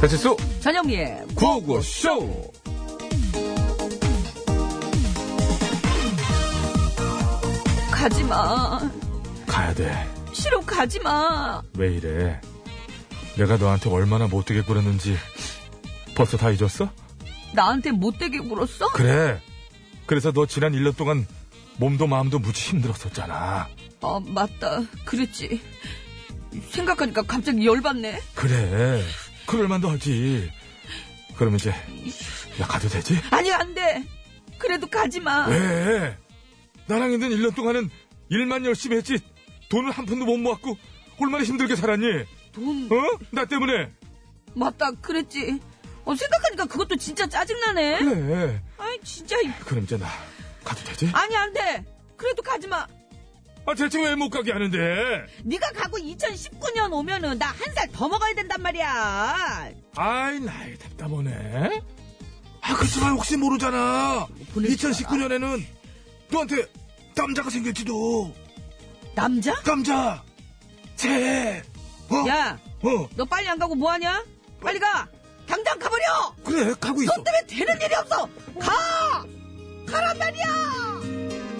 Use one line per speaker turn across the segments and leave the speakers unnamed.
배칠수
전영미의
구호구쇼
가지마.
가야 돼.
싫어, 가지마.
왜 이래? 내가 너한테 얼마나 못되게 굴었는지 벌써 다 잊었어?
나한테 못되게 굴었어?
그래. 그래서 너 지난 1년 동안 몸도 마음도 무지 힘들었었잖아.
아, 맞다. 그랬지. 생각하니까 갑자기 열받네.
그래. 그럴만도 하지. 그럼 이제 나 가도 되지?
아니, 안 돼. 그래도 가지마.
왜? 나랑 있는 1년 동안은 일만 열심히 했지. 돈을 한 푼도 못 모았고 얼마나 힘들게 살았니?
돈,
어? 나 때문에.
맞다. 그랬지. 어, 생각하니까 그것도 진짜 짜증나네.
그래.
아이, 진짜.
그럼 이제 나 가도 되지?
아니, 안 돼. 그래도 가지마.
아 대체 왜 못 가게 하는데?
네가 가고 2019년 오면은 나 한 살 더 먹어야 된단 말이야.
아이 나이 답답하네. 아 그렇지만 혹시 모르잖아.
보내주지
2019년에는 너한테 남자가 생겼지도.
남자?
남자. 쟤. 어?
야,
어.
너 빨리 안 가고 뭐하냐? 빨리 가. 당장 가버려.
그래 가고 있어.
너 때문에 되는 일이 없어. 가. 가란 말이야.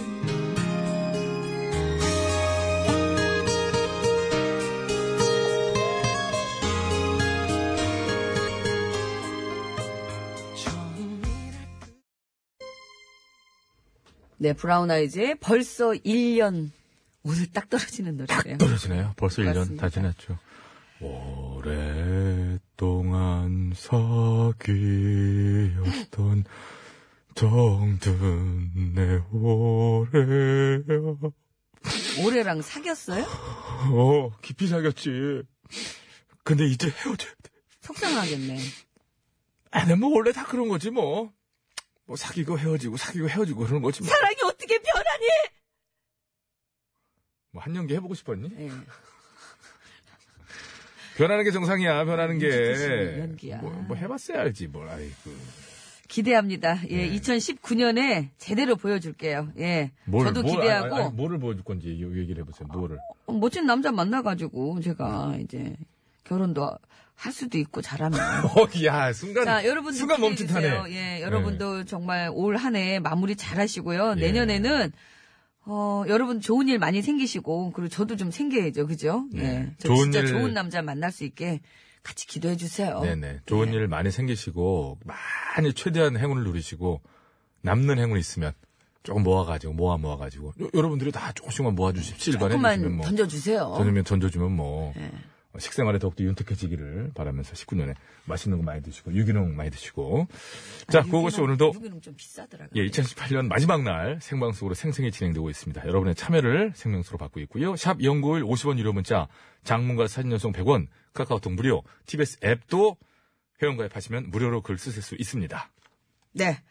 네, 브라운 아이즈의 벌써 1년. 오늘 딱 떨어지는 노래예요.
떨어지네요. 벌써 1년
맞습니다.
다 지났죠. 오랫동안 사귀었던 정든 내 오래야.
올해랑 사귀었어요?
어, 깊이 사귀었지. 근데 이제 헤어져야 돼.
속상하겠네.
아니, 뭐, 원래 다 그런 거지, 뭐. 뭐, 사귀고 헤어지고, 사귀고 헤어지고 그러는 거지, 뭐.
사랑이 어떻게 변하니?
뭐, 한 연기 해보고 싶었니?
예.
변하는 게 정상이야, 변하는
무지개시네,
게.
연기야.
뭐, 뭐 해봤어야 알지, 뭘, 아이고.
기대합니다. 예,
네.
2019년에 제대로 보여줄게요. 예. 저도 기대하고
뭐를 보여줄 건지 얘기를 해보세요, 뭐를.
어, 멋진 남자 만나가지고 제가 이제 결혼도 할 수도 있고 잘하면.
어, 야, 순간.
자, 여러분들
순간
기대해
멈칫하네. 네.
주세요. 예, 여러분도 정말 올 한 해 마무리 잘하시고요.
예.
내년에는 어, 여러분 좋은 일 많이 생기시고 그리고 저도 좀 생겨야죠, 그죠?
네.
예. 저
좋은
진짜
일-
좋은 남자 만날 수 있게 같이 기도해 주세요.
네네. 좋은 일 많이 생기시고, 많이 최대한 행운을 누리시고, 남는 행운 있으면, 조금 모아가지고, 모아 모아가지고. 요- 여러분들이 다 조금씩만 모아주십시오. 일반에
조금만 예.
주시면 뭐.
던져주세요.
저녁면 던져주면 뭐. 어, 식생활에 더욱더 윤택해지기를 바라면서 19년에 맛있는 거 많이 드시고, 유기농 많이 드시고. 자,
아,
구호고씨
유기농-
오늘도
유기농 좀 비싸더라고요.
예, 2018년 마지막 날 생방송으로 생생히 진행되고 있습니다. 여러분의 참여를 생명수로 받고 있고요. 샵 0951 50원 유료 문자, 장문과 사진 연속 100원, 카카오톡 무료, TBS 앱도 회원 가입하시면 무료로 글 쓰실 수 있습니다.
네.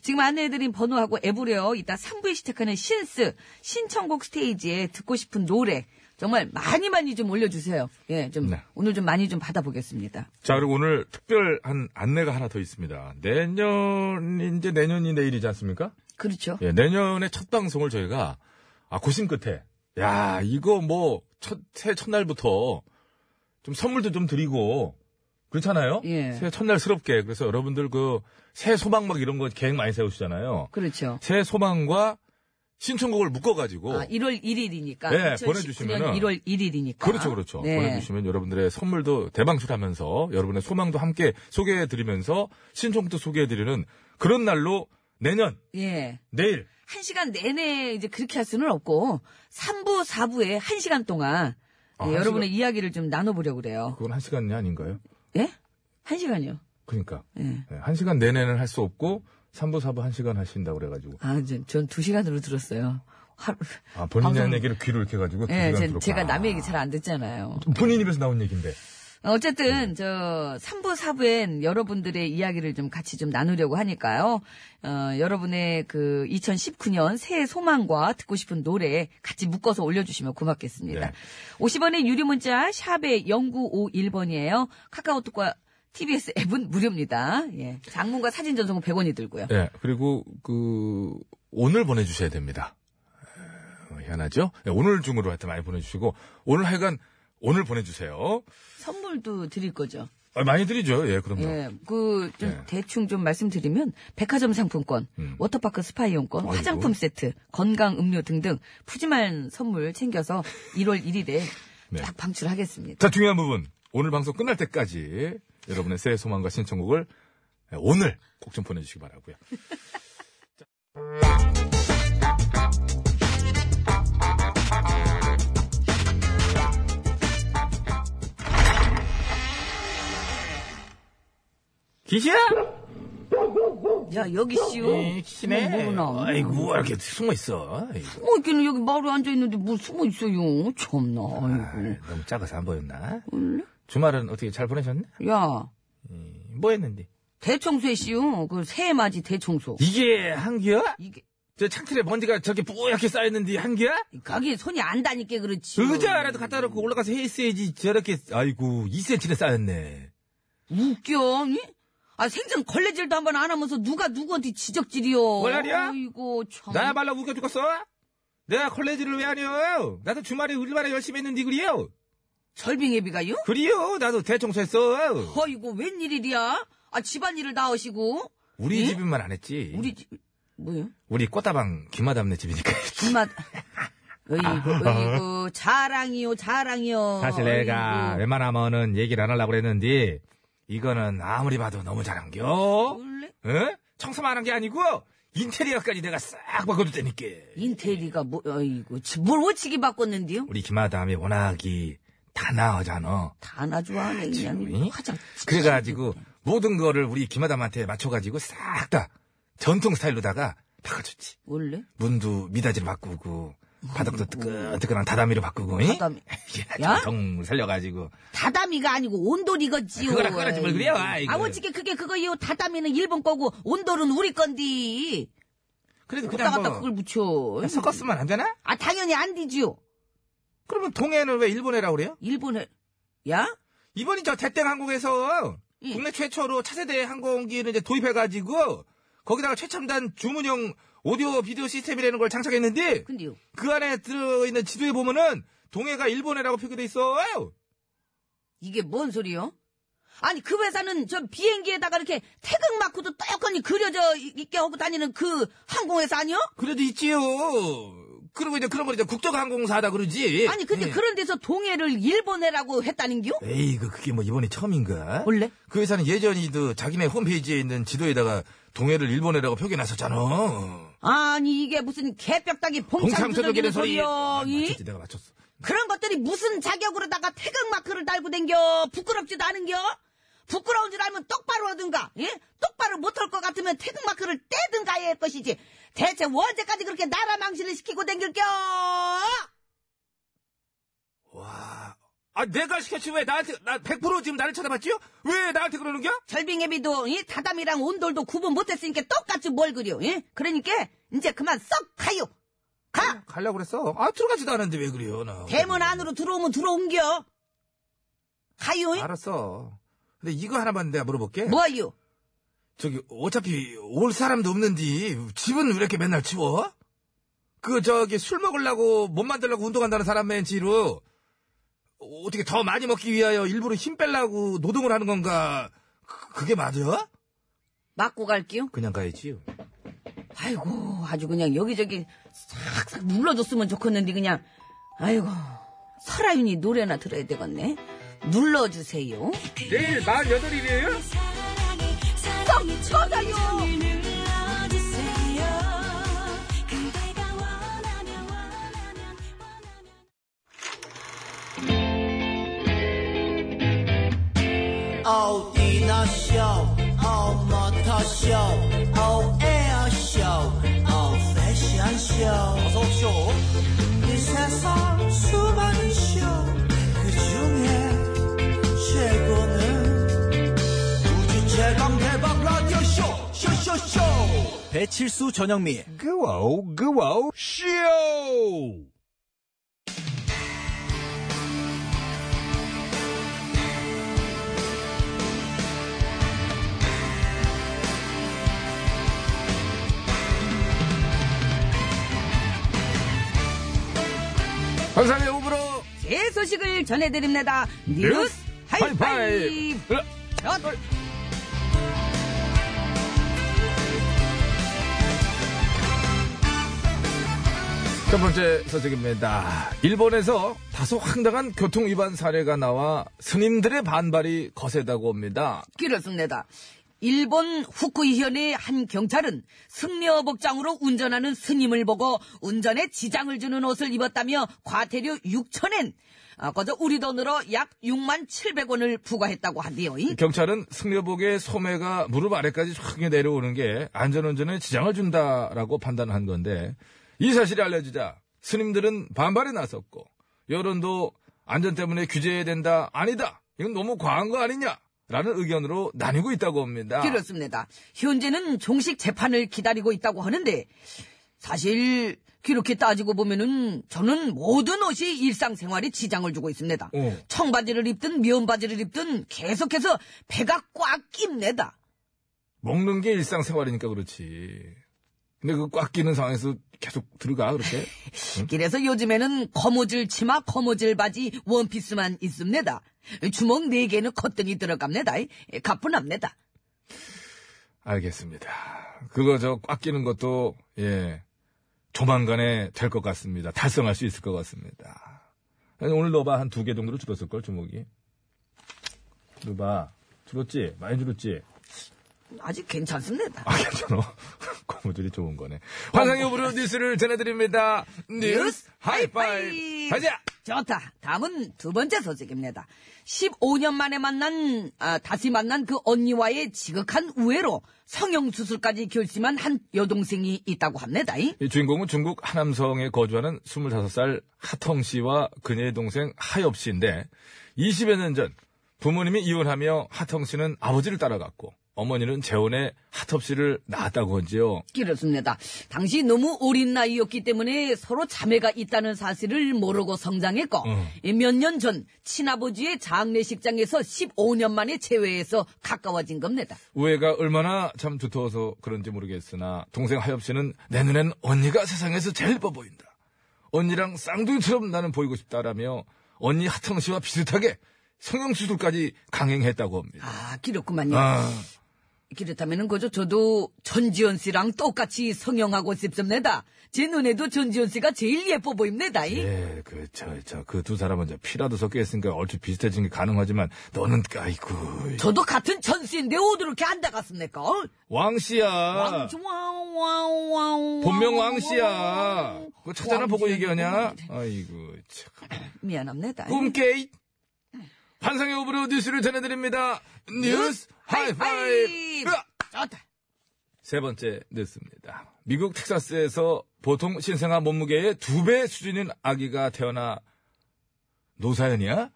지금 안내해드린 번호하고 앱으로요. 이따 3부에 시작하는 신스 신청곡 스테이지에 듣고 싶은 노래 정말 많이 많이 좀 올려주세요. 예, 좀
네.
오늘 좀 많이 좀 받아보겠습니다.
자, 그리고 오늘 특별한 안내가 하나 더 있습니다. 내년, 이제 내년이 내일이지 않습니까?
그렇죠.
예, 내년에 첫 방송을 저희가, 아, 고심 끝에, 야, 이거 뭐, 첫, 새해 첫날부터 좀 선물도 좀 드리고, 그렇잖아요?
예.
새해 첫날스럽게. 그래서 여러분들 그, 새해 소망 막 이런 거 계획 많이 세우시잖아요.
그렇죠.
새해 소망과 신청곡을 묶어가지고,
아, 1월 1일이니까.
네,
2019년
보내주시면은-
1월 1일이니까.
그렇죠, 그렇죠.
네.
보내주시면 여러분들의 선물도 대방출하면서 여러분의 소망도 함께 소개해드리면서 신청도 소개해드리는 그런 날로 내년,
예.
내일,
한 시간 내내 이제 그렇게 할 수는 없고 3부, 4부에 한 시간 동안
아, 한
예, 여러분의 이야기를 좀 나눠보려고 그래요.
그건 한 시간이 아닌가요?
예? 한 시간이요.
그러니까.
예.
예, 한 시간 내내는 할 수 없고 3부 4부 한 시간 하신다 고 그래가지고
아, 전 두 시간으로 들었어요. 하루.
아 본인
방송-
얘기를 귀로 이렇게 해가지고 두
예,
시간
제-
들었구나.
제가 남의 얘기 잘 안 듣잖아요.
본인 입에서 나온 얘기인데 네.
어쨌든 저 3부 4부엔 여러분들의 이야기를 좀 같이 좀 나누려고 하니까요. 어, 여러분의 그 2019년 새해 소망과 듣고 싶은 노래 같이 묶어서 올려주시면 고맙겠습니다.
네.
50원의 유료 문자 샵에 0951번이에요. 카카오톡과 TBS 앱은 무료입니다. 예. 장문과 사진 전송은 100원이 들고요.
예 그리고 그 오늘 보내주셔야 됩니다 어, 희한하죠 예, 오늘 중으로 하여튼 많이 보내주시고 오늘 하여간 오늘 보내주세요
선물도 드릴 거죠.
아, 많이 드리죠. 예, 그럼요.
예, 그, 좀
예.
대충 좀 말씀드리면, 백화점 상품권,
음.
워터파크 스파이용권,
아이고.
화장품 세트, 건강 음료 등등 푸짐한 선물 챙겨서 1월 1일에
네.
쫙 방출하겠습니다.
자, 중요한 부분. 오늘 방송 끝날 때까지 여러분의 새해 소망과 신청곡을 오늘 꼭 좀 보내주시기 바라고요 자. 기시야?
야, 여기 씨요. 뭐, 모르나.
네, 아이고, 왜 이렇게 숨어 있어? 아이고,
뭐, 걔는 여기 마을에 앉아있는데 뭐 숨어 있어요. 참나, 아이고.
너무 작아서 안 보였나? 주말은 어떻게 잘 보내셨네?
야,
뭐 했는데?
대청소해 씨요. 그 새해 맞이 대청소.
이게 한기야?
이게,
저 창틀에 먼지가 저렇게 뿌옇게 쌓였는데 한기야?
가게 손이 안 닿니까 그렇지.
의자라도 갖다 놓고 올라가서 해있어야지 저렇게 아이고 2cm나 쌓였네
웃겨. 이? 아, 생전 걸레질도 한 번 안 하면서 누가 누구한테 지적질이요.
월날이야?
아이고, 참.
나야말로 웃겨 죽겠어 내가 컬레지를 왜 안해요 나도 주말에 얼마나 열심히 했는데 그리요
절빙애비가요?
그리요 나도 대청소했어
아이고, 웬일이랴? 아, 집안일을 다 하시고.
우리
예?
집인만 안 했지 우리,
우리 집, 뭐요?
꽃다방 김마담네 집이니까
김맛. 어이구, 어이구, 자랑이요, 자랑이요.
사실 내가
어이구.
웬만하면은 얘기를 안 하려고 그랬는데 이거는 아무리 봐도 너무 잘한겨
원래
응? 청소만 하는 게 아니고 인테리어까지 내가 싹 바꿔줬다니까
인테리가 뭐, 어이구, 지- 뭘 오치기 바꿨는데요?
우리 김마담이 워낙이 다나오잖아.
다 나 좋아하네,
이?
그냥. 화장.
그래가지고 모든 거를 우리 김마담한테 맞춰가지고 싹 다 전통 스타일로다가 바꿔줬지.
원래?
문도 미닫이로 바꾸고 바닥도 뜨끈뜨끈한 다다미로 바꾸고. 잉?
음. 다다미.
야,
야?
전통을 살려가지고.
다다미가 아니고 온돌이거지요.
그거라, 그거라, 뭘 그래요, 아이고.
아버지께 그게 그거요. 다다미는 일본 거고 온돌은 우리 건디.
그래도
그다
그냥
갔다
뭐
그걸 붙여.
섞었으면 안 되나?
아 당연히 안 되지요.
그러면 동해는 왜 일본해라고 그래요?
일본에 야
이번이 저 대땡 항공에서
응.
국내 최초로 차세대 항공기를 이제 도입해가지고 거기다가 최첨단 주문형 오디오 비디오 시스템이라는 걸 장착했는데
근데요.
그 안에 들어있는 지도에 보면은 동해가 일본해라고 표기돼 있어.
이게 뭔 소리요? 아니 그 회사는 저 비행기에다가 이렇게 태극 마크도 떡하니 그려져 이- 있게 하고 다니는 그 항공회사 아니요?
그래도 있지요. 그리고 이제 그런 걸 이제 국적항공사다 그러지.
아니 근데
예.
그런 데서 동해를 일본해라고 했다는겨?
에이, 그, 그게 뭐 이번이 처음인가?
원래?
그 회사는 예전이 그 자기네 홈페이지에 있는 지도에다가 동해를 일본해라고 표기해놨었잖아.
아니 이게 무슨 개벽다기 봉창 두들기는 소리요.
아,
이?
맞췄지, 내가 맞췄어.
그런 것들이 무슨 자격으로다가 태극 마크를 달고 댕겨 부끄럽지도 않은겨 부끄러운 줄 알면 똑바로 하든가 예? 똑바로 못할 것 같으면 태극 마크를 떼든가 해야 할 것이지 대체 언제까지 그렇게 나라 망신을 시키고 댕길겨
와. 아, 내가 시켰지 왜 나한테, 나 100% 지금 나를 쳐다봤지요? 왜 나한테 그러는 겨?
절빙애비도 예? 다담이랑 온돌도 구분 못했으니까 똑같이 뭘 그려 예? 그러니까 이제 그만 썩 가요 가
가려고 그랬어. 아, 들어가지도 않았는데 왜 그래요, 나.
대문 안으로 들어오면 들어온겨 가요 예?
알았어. 근데 이거 하나만 내가 물어볼게.
뭐요
저기 어차피 올 사람도 없는데 집은 왜 이렇게 맨날 치워? 그 저기 술 먹으려고 몸 만들려고 운동한다는 사람 멘치로 어떻게 더 많이 먹기 위하여 일부러 힘 빼려고 노동을 하는 건가? 그- 그게 맞아?
맞고 갈게요
그냥 가야지요.
아이고 아주 그냥 여기저기 싹싹 눌러줬으면 좋겠는데 그냥 아이고 설아윤이 노래나 들어야 되겠네 눌러주세요
내일 만 여덟이래요?
썩 쳐가요
어디나 쇼, 어머터 쇼, 어에어 쇼, 어 패션 쇼. 어서 쇼. 이 세상 수많은 쇼, 그 중에 최고는 우주 최강 대박 라디오 쇼, 쇼쇼쇼. 배칠수 전영미.
그와우 그와우 쇼. 감사합니다. 오브로
제 소식을 전해드립니다 뉴스 하이파이브
하이파이브. 어,
연월.
첫 번째 소식입니다. 일본에서 다소 황당한 교통 위반 사례가 나와 스님들의 반발이 거세다고 합니다.
그렇습니다. 일본 후쿠이현의 한 경찰은 승려 복장으로 운전하는 스님을 보고 운전에 지장을 주는 옷을 입었다며 과태료 6천엔, 아, 거저 우리 돈으로 약 6만 700원을 부과했다고 한대요. 이.
경찰은 승려복의 소매가 무릎 아래까지 쫙 내려오는 게 안전운전에 지장을 준다라고 판단한 건데 이 사실이 알려지자 스님들은 반발에 나섰고 여론도 안전 때문에 규제해야 된다 아니다 이건 너무 과한 거 아니냐라는 의견으로 나뉘고 있다고 합니다.
그렇습니다. 현재는 종식 재판을 기다리고 있다고 하는데 사실 그렇게 따지고 보면은 저는 모든 옷이 일상생활에 지장을 주고 있습니다.
어.
청바지를 입든 면바지를 입든 계속해서 배가 꽉 낍니다.
먹는 게 일상생활이니까 그렇지. 근데 그 꽉 끼는 상황에서 계속 들어가 그렇게
그래서 요즘에는 거무줄 치마, 거무줄 바지, 원피스만 있습니다. 주먹 네개는 커튼이 들어갑니다. 예, 가뿐합니다.
알겠습니다. 그거 저 꽉 끼는 것도 예 조만간에 될 것 같습니다. 달성할 수 있을 것 같습니다. 아니, 오늘 너봐 한 두 개 정도로 줄었을 걸 주먹이. 너봐 줄었지 많이 줄었지.
아직 괜찮습니다.
아 괜찮아. 고무줄이 좋은 거네. 환상의 오브로 뉴스를 전해드립니다. 뉴스 하이파이
하이파이브.
가자.
좋다. 다음은 두 번째 소식입니다. 15년 만에 만난, 아, 다시 만난 그 언니와의 지극한 우애로 성형수술까지 결심한 한 여동생이 있다고 합니다.
이 주인공은 중국 하남성에 거주하는 25살 하텅 씨와 그녀의 동생 하엽 씨인데 20여 년 전 부모님이 이혼하며 하텅 씨는 아버지를 따라갔고 어머니는 재혼해 하텁 씨를 낳았다고 하지요.
그렇습니다. 당시 너무 어린 나이였기 때문에 서로 자매가 있다는 사실을 모르고 성장했고
음.
몇 년 전 친아버지의 장례식장에서 15년 만에 재회해서 가까워진 겁니다.
우애가 얼마나 참 두터워서 그런지 모르겠으나 동생 하엽 씨는 내 눈엔 언니가 세상에서 제일 예뻐 보인다. 언니랑 쌍둥이처럼 나는 보이고 싶다라며 언니 하텅 씨와 비슷하게 성형수술까지 강행했다고 합니다.
아 그렇구만요.
아.
그렇다면은 그저 저도 전지현 씨랑 똑같이 성형하고 싶습니다. 제 눈에도 전지현 씨가 제일 예뻐 보입니다. 이.
예, 그, 저, 저, 그 두 사람은 저 피라도 섞여 있으니까 얼추 비슷해진 게 가능하지만, 너는, 아이고.
저도 같은 천 씨인데 어떻게 안다 갔습니까?
왕씨야. 아. 본명 왕씨야. 그거 찾아나 보고 얘기하냐? 아이고, 참.
미안합니다. 예.
꿈깨이. 환상의 오브로 뉴스를 전해드립니다. 뉴스 하이파이브! 으아!
좋다.
세 번째 뉴스입니다. 미국 텍사스에서 보통 신생아 몸무게의 두 배 수준인 아기가 태어나 노사연이야?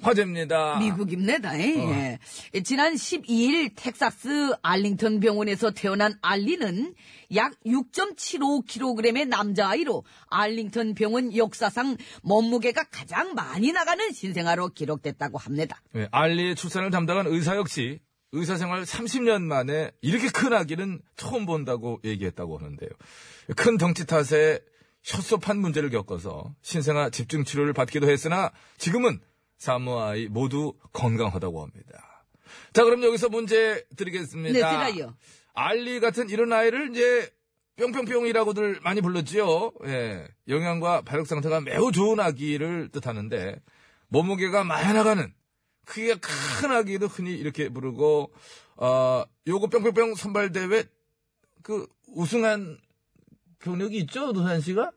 화제입니다.
미국입니다.
어.
예. 지난 12일 텍사스 알링턴 병원에서 태어난 알리는 약 6.75kg의 남자아이로 알링턴 병원 역사상 몸무게가 가장 많이 나가는 신생아로 기록됐다고 합니다.
네, 알리의 출산을 담당한 의사 역시 의사 생활 30년 만에 이렇게 큰 아기는 처음 본다고 얘기했다고 하는데요. 큰 덩치 탓에 혈소판 문제를 겪어서 신생아 집중 치료를 받기도 했으나 지금은 산모아이 모두 건강하다고 합니다. 자, 그럼 여기서 문제 드리겠습니다.
네, 드라이요.
알리 같은 이런 아이를 이제 뿅뿅뿅이라고들 많이 불렀지요. 예. 영양과 발육 상태가 매우 좋은 아기를 뜻하는데 몸무게가 많이 나가는 크기가 큰 아기도 흔히 이렇게 부르고 어 요거 뿅뿅뿅 선발 대회 그 우승한 경력이 있죠 노산 씨가?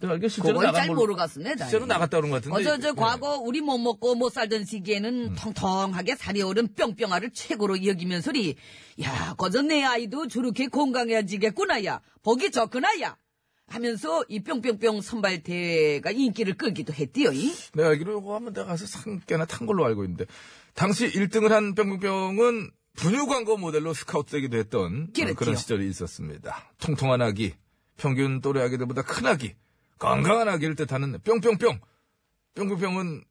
내가 알기로 실제로
그건
나간
잘
걸로
모르겠습니다.
실제로
예.
나갔다 그런 것 같은데. 음.
어저 저
예.
과거 우리 못 먹고 못 살던 시기에는 통통하게 살이 오른 뿅뿅아를 최고로 여기면 소리 야 거저 내 아이도 저렇게 건강해지겠구나야 보기 좋구나야 하면서 이 뿅뿅뿅 선발 대회가 인기를 끌기도 했디요. 이.
내가 알기로 이거 한번 내가 가서 산 개나 탄 걸로 알고 있는데 당시 1등을 한 뿅뿅뿅은 분유 광고 모델로 스카우트되기도 했던
그렇지요.
그런 시절이 있었습니다. 통통한 아기, 평균 또래 아기들보다 큰 아기, 건강한 아기를 뜻하는 뿅뿅뿅. 뿅뿅뿅은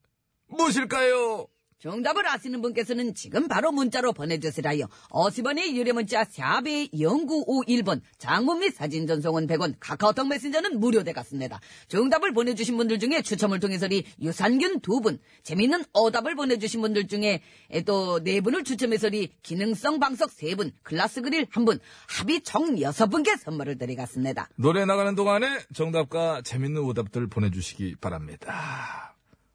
무엇일까요?
정답을 아시는 분께서는 지금 바로 문자로 보내주시라요. 50원의 유료 문자 샵의 0951번, 장문 및 사진 전송은 100원, 카카오톡 메신저는 무료되겠습니다. 정답을 보내주신 분들 중에 추첨을 통해서리 유산균 두분 재미있는 어답을 보내주신 분들 중에 또 네 분을 추첨해서리 기능성 방석 세 분 글라스 그릴 한분 합의 총 여섯 분께 선물을 드리겠습니다.
노래 나가는 동안에 정답과 재밌는 오답들 보내주시기 바랍니다.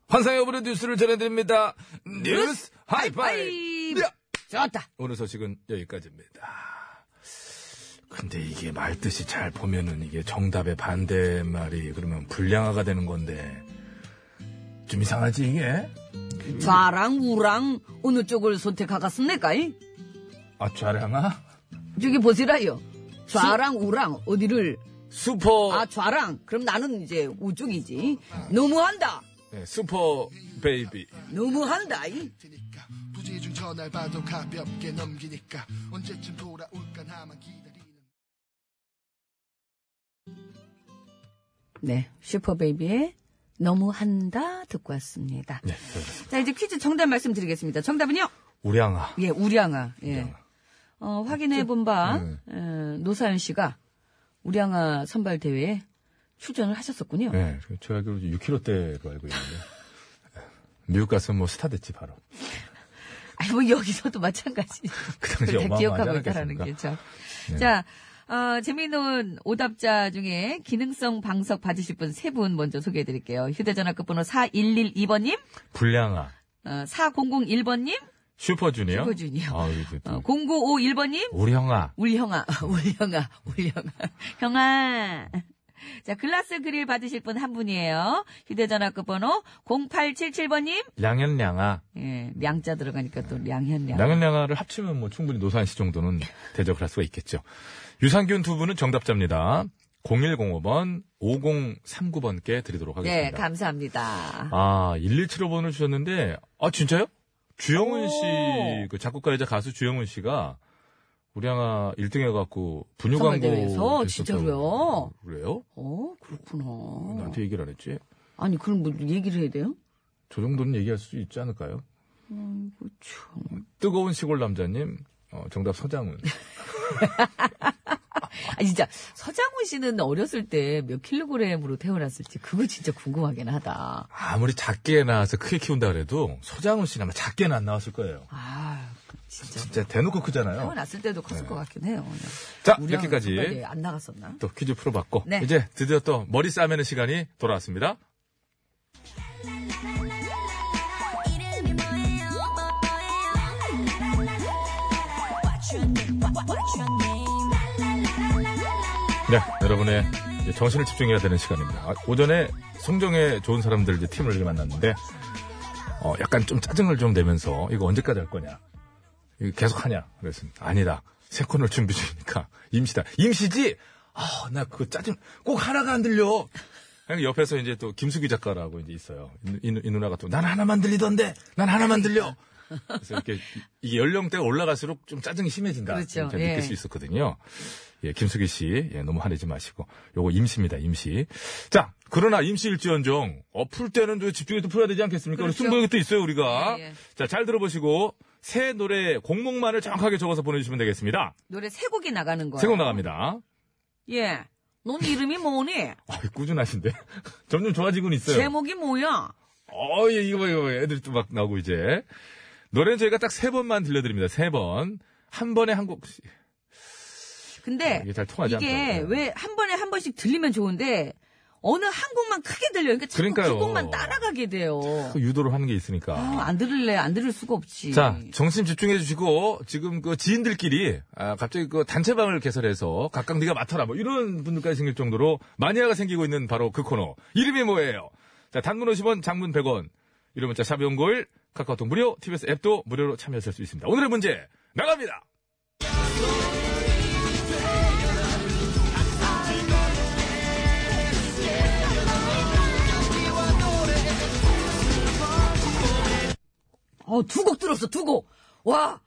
환상의 오브레 뉴스를 전해드립니다. 뉴스 하이파이브!
하이파이브! 좋다.
오늘 소식은 여기까지입니다. 근데 이게 말뜻이 잘 보면은 이게 정답의 반대말이 그러면 불량화가 되는 건데 좀 이상하지 이게?
좌랑 우랑 어느 쪽을 선택하겠습니까? 이?
아 좌량아?
저기 보시라요. 좌랑 우랑 어디를
슈퍼
아 좌랑 그럼 나는 이제 우쪽이지. 너무한다.
네, 슈퍼 베이비
너무한다. 이.
부지중 전화를 봐도 가볍게 넘기니까 언제쯤 돌아올까 나만 기다리는
네, 슈퍼베이비의 너무한다 듣고 왔습니다.
네, 그렇습니다.
자 이제 퀴즈 정답 말씀드리겠습니다. 정답은요.
우량아
예, 우량아. 네. 예. 어, 확인해 본 바 노사연 씨가 우량아 선발 대회에 출전을 하셨었군요.
네, 제가 알기로 6kg대로 알고 있는데 네. 미국 가서 뭐 스타 됐지 바로
아니 뭐 여기서도 마찬가지.
그 당시에
그걸 다
어마어마하지
기억하고 있다라는
않았겠습니까? 네.
게 참. 자. 어, 재미있는 오답자 중에 기능성 방석 받으실 분 세 분 먼저 소개해 드릴게요. 휴대전화 끝번호 4112번님,
불량아
어, 4001번님,
슈퍼주니어
슈퍼주니어.
아, 이거 또.
어, 0951번님,
우량아
울형아, 울형아, 울형아, 형아. 자, 글라스 그릴 받으실 분 한 분이에요. 휴대전화 끝번호 0877번님,
양현량아
예, 량자 들어가니까 또 량현량.
양현양아를 합치면 뭐 충분히 노사한 씨 정도는 대적을 할 수가 있겠죠. 유산균 두 분은 정답자입니다. 0105번, 5039번께 드리도록 하겠습니다.
네, 감사합니다.
아, 1175번을 주셨는데, 아, 진짜요? 주영은
오.
씨, 그 작곡가이자 가수 주영은 씨가 우량아 1등 해갖고 분유
선발
광고.
대회에서
됐었다고
진짜로요?
그래요?
어, 그렇구나.
나한테 얘기를 안 했지?
아니, 그럼 뭐 얘기를 해야 돼요?
저 정도는 얘기할 수 있지 않을까요?
아이고, 참.
뜨거운 시골 남자님, 어, 정답 서장훈.
아, 진짜, 서장훈 씨는 어렸을 때 몇 킬로그램으로 태어났을지 그거 진짜 궁금하긴 하다.
아무리 작게 낳아서 크게 키운다 그래도 서장훈 씨는 아마 작게는 안 나왔을 거예요.
아, 진짜.
진짜 대놓고 크잖아요. 네.
태어났을 때도 컸을 것 같긴 해요.
자,
우리 형은
이렇게까지.
선발대회 안 나갔었나?
또 퀴즈 풀어봤고
네.
이제 드디어 또 머리 싸매는 시간이 돌아왔습니다. 네, 여러분의 이제 정신을 집중해야 되는 시간입니다. 아, 오전에 송정에 좋은 사람들 이제 팀을 이렇게 만났는데 어, 약간 좀 짜증을 좀 내면서 이거 언제까지 할 거냐? 이거 계속 하냐? 그랬습니다. 아니다. 세 코너 준비 중이니까 임시다. 임시지? 아, 나 그거 짜증 꼭 하나가 안 들려. 그냥 옆에서 이제 또 김수기 작가라고 이제 있어요. 이, 이 누- 이 누나가 또 난 하나만 들리던데 난 하나만 들려. 그래서 이렇게 이- 이게 연령대가 올라갈수록 좀 짜증이 심해진다.
그렇죠.
제가 느낄
예.
수 있었거든요. 예, 김수기 씨, 예, 너무 화내지 마시고 요거 임시입니다. 임시. 자, 그러나 임시일지언정 어, 풀 때는 또 집중해서 풀어야 되지 않겠습니까? 우리
그렇죠.
승부욕이 또 있어요 우리가.
예, 예.
자, 잘 들어보시고 새 노래 곡목만을 정확하게 적어서 보내주시면 되겠습니다.
노래 세 곡이 나가는 거예요.
세 곡 나갑니다.
예. 넌 이름이 뭐니?
아, 꾸준하신데 점점 좋아지고는 있어요.
제목이 뭐야?
어, 예, 이거 봐, 이거 봐. 애들이 또 막 나오고 이제 노래는 저희가 딱 세 번만 들려드립니다. 세 번. 한 번에 한 곡.
근데
아, 이게 잘 통하지
이게
않더라고요. 네.
왜 한 번에 한 번씩 들리면 좋은데 어느 한 곡만 크게 들려요. 그러니까 자꾸
그러니까요.
그 곡만 따라가게 돼요.
그 유도를 하는 게 있으니까.
아, 안 들을래, 안 들을 수가 없지.
자, 정신 집중해 주시고 지금 그 지인들끼리 아, 갑자기 그 단체방을 개설해서 각각 네가 맡아라 뭐 이런 분들까지 생길 정도로 마니아가 생기고 있는 바로 그 코너. 이름이 뭐예요? 자, 단문 50원, 장문 100원. 이런 문자 샵 연골 카카오톡 무료, TBS 앱도 무료로 참여하실 수 있습니다. 오늘의 문제 나갑니다.
어, 두 곡 들었어, 두 곡. 와!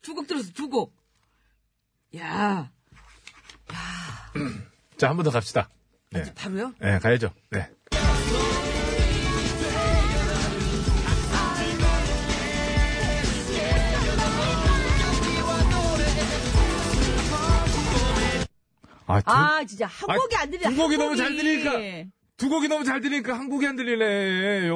두 곡 들었어, 두 곡. 야,
자, 한 번 더 갑시다. 네.
바로요?
네, 가야죠. 네. 아, 두,
아, 진짜 한
아,
곡이 안 들리네.
두 곡이
한
너무 잘 들리니까. 두 곡이 너무 잘 들리니까 한 곡이 안 들리네요.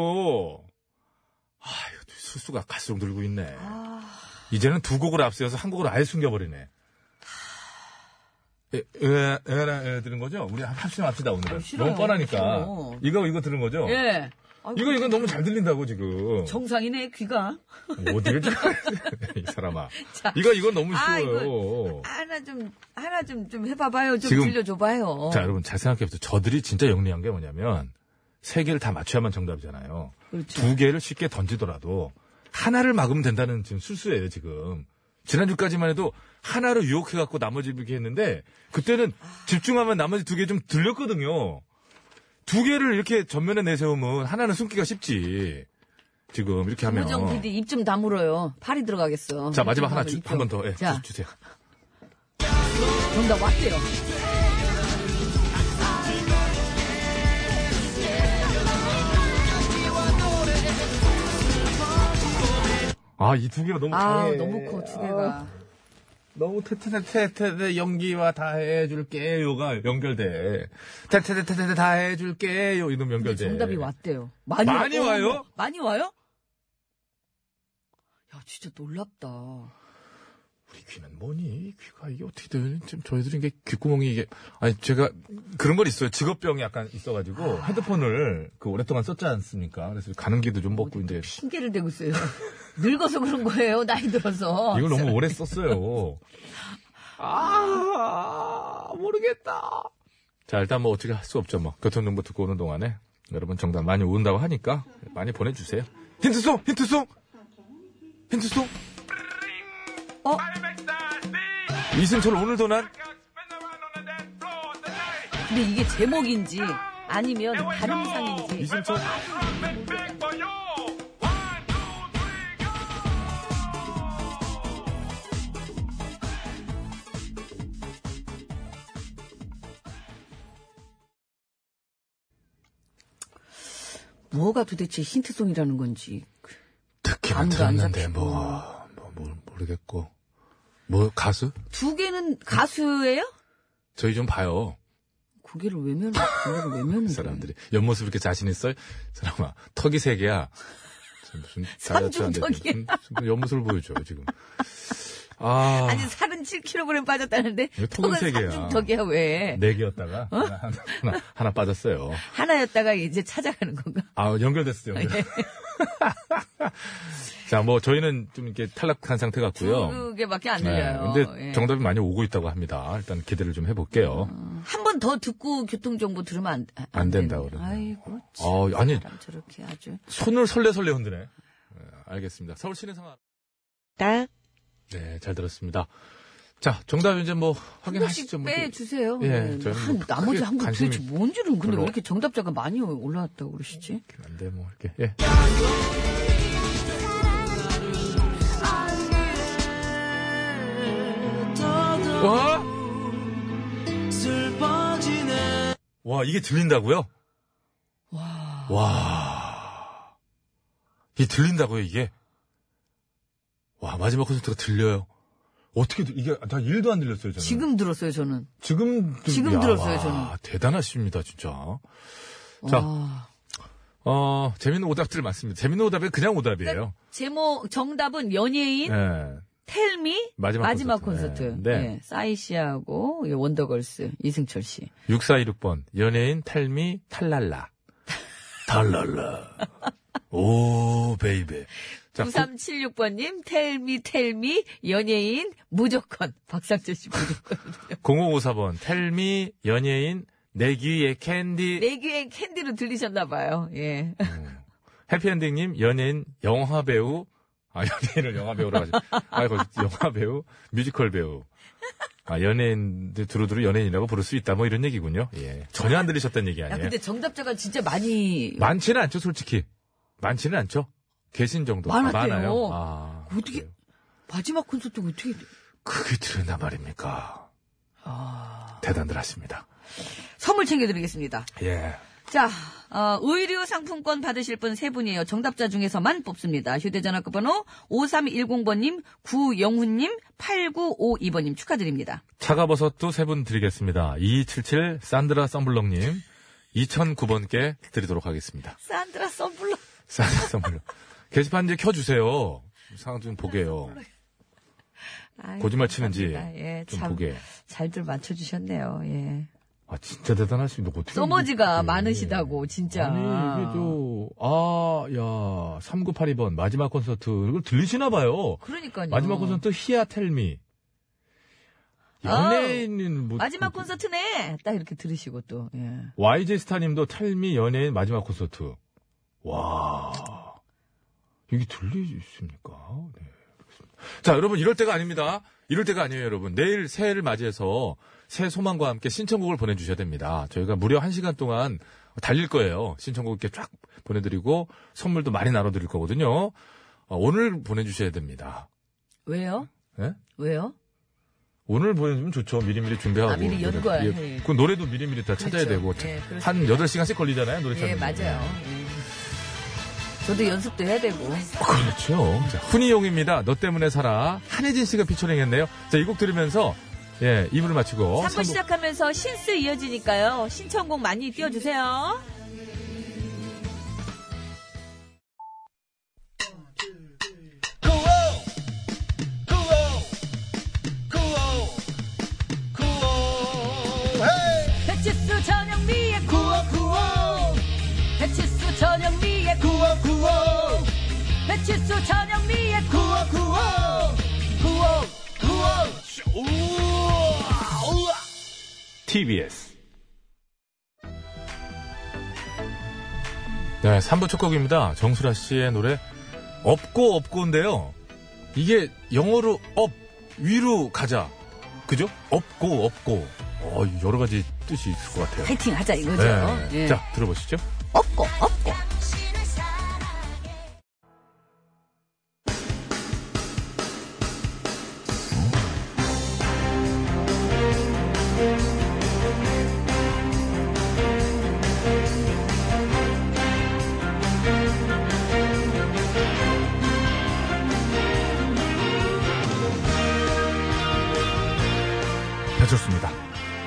아유, 수수가 갈수록 늘고 있네.
아,
이제는 두 곡을 앞세워서 한 곡을 아예 숨겨버리네. 에, 에, 에라, 에, 들은 거죠? 우리 합- 합심 합시다, 오늘은.
아, 싫어요.
너무 뻔하니까.
싫어.
이거, 이거 들은 거죠?
예. 아이고,
어. 이거, 이거 너무 잘 들린다고, 지금. 뭐
정상이네, 귀가.
어디를 잘, 이 사람아.
자.
이거, 이거 너무
아,
쉬워요.
하나 좀, 하나 좀, 좀 해봐봐요. 좀
지금-
들려줘봐요.
자, 여러분, 잘 생각해보세요. 저들이 진짜 영리한 게 뭐냐면, 세 개를 다 맞춰야만 정답이잖아요.
그렇죠.
두 개를 쉽게 던지더라도, 하나를 막으면 된다는 지금 술수예요, 지금. 지난주까지만 해도 하나로 유혹해갖고 나머지 이렇게 했는데, 그때는
아.
집중하면 나머지 두 개 좀 들렸거든요. 두 개를 이렇게 전면에 내세우면 하나는 숨기가 쉽지. 지금 이렇게 하면.
우정 PD 입 좀 다물어요. 팔이 들어가겠어.
자, 마지막 하나
입 좀.
한 번 더. 예,
자,
주- 주세요.
정답 왔대요.
아, 이 두 개가 너무
아,
강해. 아,
너무 커, 두 개가.
너무 테테테테테 연기와 다 해줄게요가 연결돼. 테테테테테 다 해줄게요 이놈 연결돼.
정답이 왔대요. 네. 많이,
그렇죠. 많이
와-
와요?
어, 많이 와요? 야, 진짜 놀랍다.
우리 귀는 뭐니? 귀가 이게 어떻게 되는? 지금 저희들은 이게 귓구멍이 이게 아니 제가 그런 건 있어요. 직업병이 약간 있어가지고 헤드폰을 그 오랫동안 썼지 않습니까? 그래서 가는 길도 좀 먹고 이제
핑계를 대고 있어요. 늙어서 그런 거예요, 나이 들어서.
이걸 너무 오래 썼어요. 아, 모르겠다. 자, 일단 뭐 어떻게 할 수 없죠, 뭐. 교통정보 듣고 오는 동안에 여러분 정답 많이 온다고 하니까 많이 보내주세요. 힌트송! 힌트송! 힌트송!
어?
이승철 오늘도 난
근데 이게 제목인지, 아니면 발음상인지.
이승철
뭐가 도대체 힌트송이라는 건지.
듣기만
안도 안
들었는데
잡히고.
뭐, 뭐, 뭘 모르겠고 뭐 가수?
두 개는 가수예요?
저희 좀 봐요.
고개를 왜 면해? 고개를 왜 면해?
사람들이 옆모습 이렇게 자신 있어요? 사람아 턱이 세 개야. 저 무슨 다이어트 안 되지?
삼중턱이야.
무슨- 무슨 옆모습을 보여줘 지금. 아,
아니, 47kg 빠졌다는데,
이거 턱은
턱은
세 개야.
3중턱이야, 왜?
네 개였다가
어?
하나, 하나, 하나- 하나 빠졌어요.
하나였다가 이제 찾아가는 건가?
아 연결됐어요.
예.
연결. 자, 뭐 저희는 좀 이렇게 탈락한 상태 같고요.
두 개밖에 안
네,
들려요.
근데
예.
정답이 많이 오고 있다고 합니다. 일단 기대를 좀 해볼게요.
한 번 더 듣고 교통정보 들으면 안, 아, 안,
안 된다고
되네.
그러네.
아이고, 참.
어, 아니.
사람 저렇게 아주.
손을 설레설레 흔드네. 네, 알겠습니다. 서울 시내 상황. 네, 잘 들었습니다. 자, 정답 이제 뭐
한 번씩
확인하시죠. 뭐.
빼주세요.
예,
네.
저는
한,
뭐
나머지
크게
한 곡
관심이
도대체 뭔지는 근데
별로
왜 이렇게 정답자가 많이 올라왔다고 그러시지?
안돼 뭐 이렇게. 예. 와?
슬퍼지네
어? 와, 이게 들린다고요?
와.
와. 이게 들린다고요, 이게? 와, 마지막 콘서트가 들려요. 어떻게, 들- 이게, 난 1도 안 들렸어요, 저는.
지금 들었어요, 저는.
지금, 들-
지금
야,
들었어요,
와,
저는.
대단하십니다, 진짜. 자.
와.
어, 재밌는 오답들 많습니다. 재밌는 오답이 그냥 오답이에요.
제목, 정답은 연예인,
예.
텔미,
마지막 콘서트.
콘서트.
네. 네.
예, 싸이 씨하고, 예, 원더걸스, 이승철 씨.
6426번. 연예인, 탈미, 탈랄라. 탈랄라. 오, 베이베. 자,
9376번님, 텔미, 텔미, 연예인, 무조건. 박상철 씨 무조건.
0554번. 텔미, 연예인, 내 귀에 캔디.
내 귀엔 캔디로 들리셨나봐요. 예.
해피엔딩님, 연예인, 영화배우. 아, 연예인을 영화배우로 하죠. 아이고, 영화배우, 뮤지컬 배우. 아, 연예인들, 두루두루 연예인이라고 부를 수 있다. 뭐 이런 얘기군요. 예. 전혀 안 들리셨다는 얘기
야,
아니에요.
근데 정답자가 진짜 많이.
많지는 않죠, 솔직히. 많지는 않죠. 계신 정도. 아,
많았대요.
많아요. 아,
어떻게-
그래요.
마지막 콘서트가 어떻게. 돼?
그게 들으나 말입니까.
아.
대단들 하십니다.
선물 챙겨드리겠습니다.
예.
자, 어, 의류 상품권 받으실 분 세 분이에요. 정답자 중에서만 뽑습니다. 휴대전화 끝번호 5310번님, 구영훈님, 8952번님 축하드립니다.
차가버섯도 세 분 드리겠습니다. 2277 산드라 썬블럭님 2009번께 드리도록 하겠습니다.
산드라 썬블러.
산드라 썬블럭. 게시판 이제 켜주세요. 상황 좀 보게요.
아이,
거짓말 치는지
감사합니다. 예,
좀
참
보게.
잘들 맞춰주셨네요. 예.
아 진짜 대단하십니다. 어떻게
써머지가
이렇게.
많으시다고 진짜.
그러니까. 예. 아니 이게 또 아, 야, 3982번 마지막 콘서트 이걸 들리시나 봐요.
그러니까요.
마지막 콘서트 히아 텔미.
아,
연예인은 뭐
마지막 콘서트네. 딱 이렇게 들으시고 또. 예.
YG 스타님도 텔미 연예인 마지막 콘서트. 와. 이게 들리십니까? 네. 그렇습니다. 자, 여러분, 이럴 때가 아닙니다. 이럴 때가 아니에요, 여러분. 내일 새해를 맞이해서 새해 소망과 함께 신청곡을 보내주셔야 됩니다. 저희가 무려 한시간 동안 달릴 거예요. 신청곡 이렇게 쫙 보내드리고 선물도 많이 나눠드릴 거거든요. 어, 오늘 보내주셔야 됩니다.
왜요?
예?
왜요?
오늘 보내주면 좋죠. 미리미리 준비하고.
아, 미리 연구해야 해.
그 노래도 미리미리 다 찾아야
그렇죠.
되고.
예, 그렇습니다.
한 8시간씩 걸리잖아요, 노래 찾는
예,
게.
맞아요. 예. 저도 연습도 해야 되고.
어, 그렇죠. 자, 훈이용입니다. 너 때문에 살아. 한혜진 씨가 피처링했네요. 자, 이 곡 들으면서 예, 2부를 마치고
3부 시작하면서 신스 이어지니까요. 신청곡 많이 띄워주세요. 배치수 전영미의 구호 구호 배치수 전영미의 구호 구호 배치수 전영미의 구호
TBS. 네, 3부 첫 곡입니다. 정수라 씨의 노래 업고 업고인데요. 이게 영어로 업 위로 가자. 그죠? 업고 업고. 어, 여러 가지 뜻이 있을 것 같아요.
파이팅 하자 이거죠.
네.
예.
자, 들어보시죠.
업고, 업고.
배철수입니다.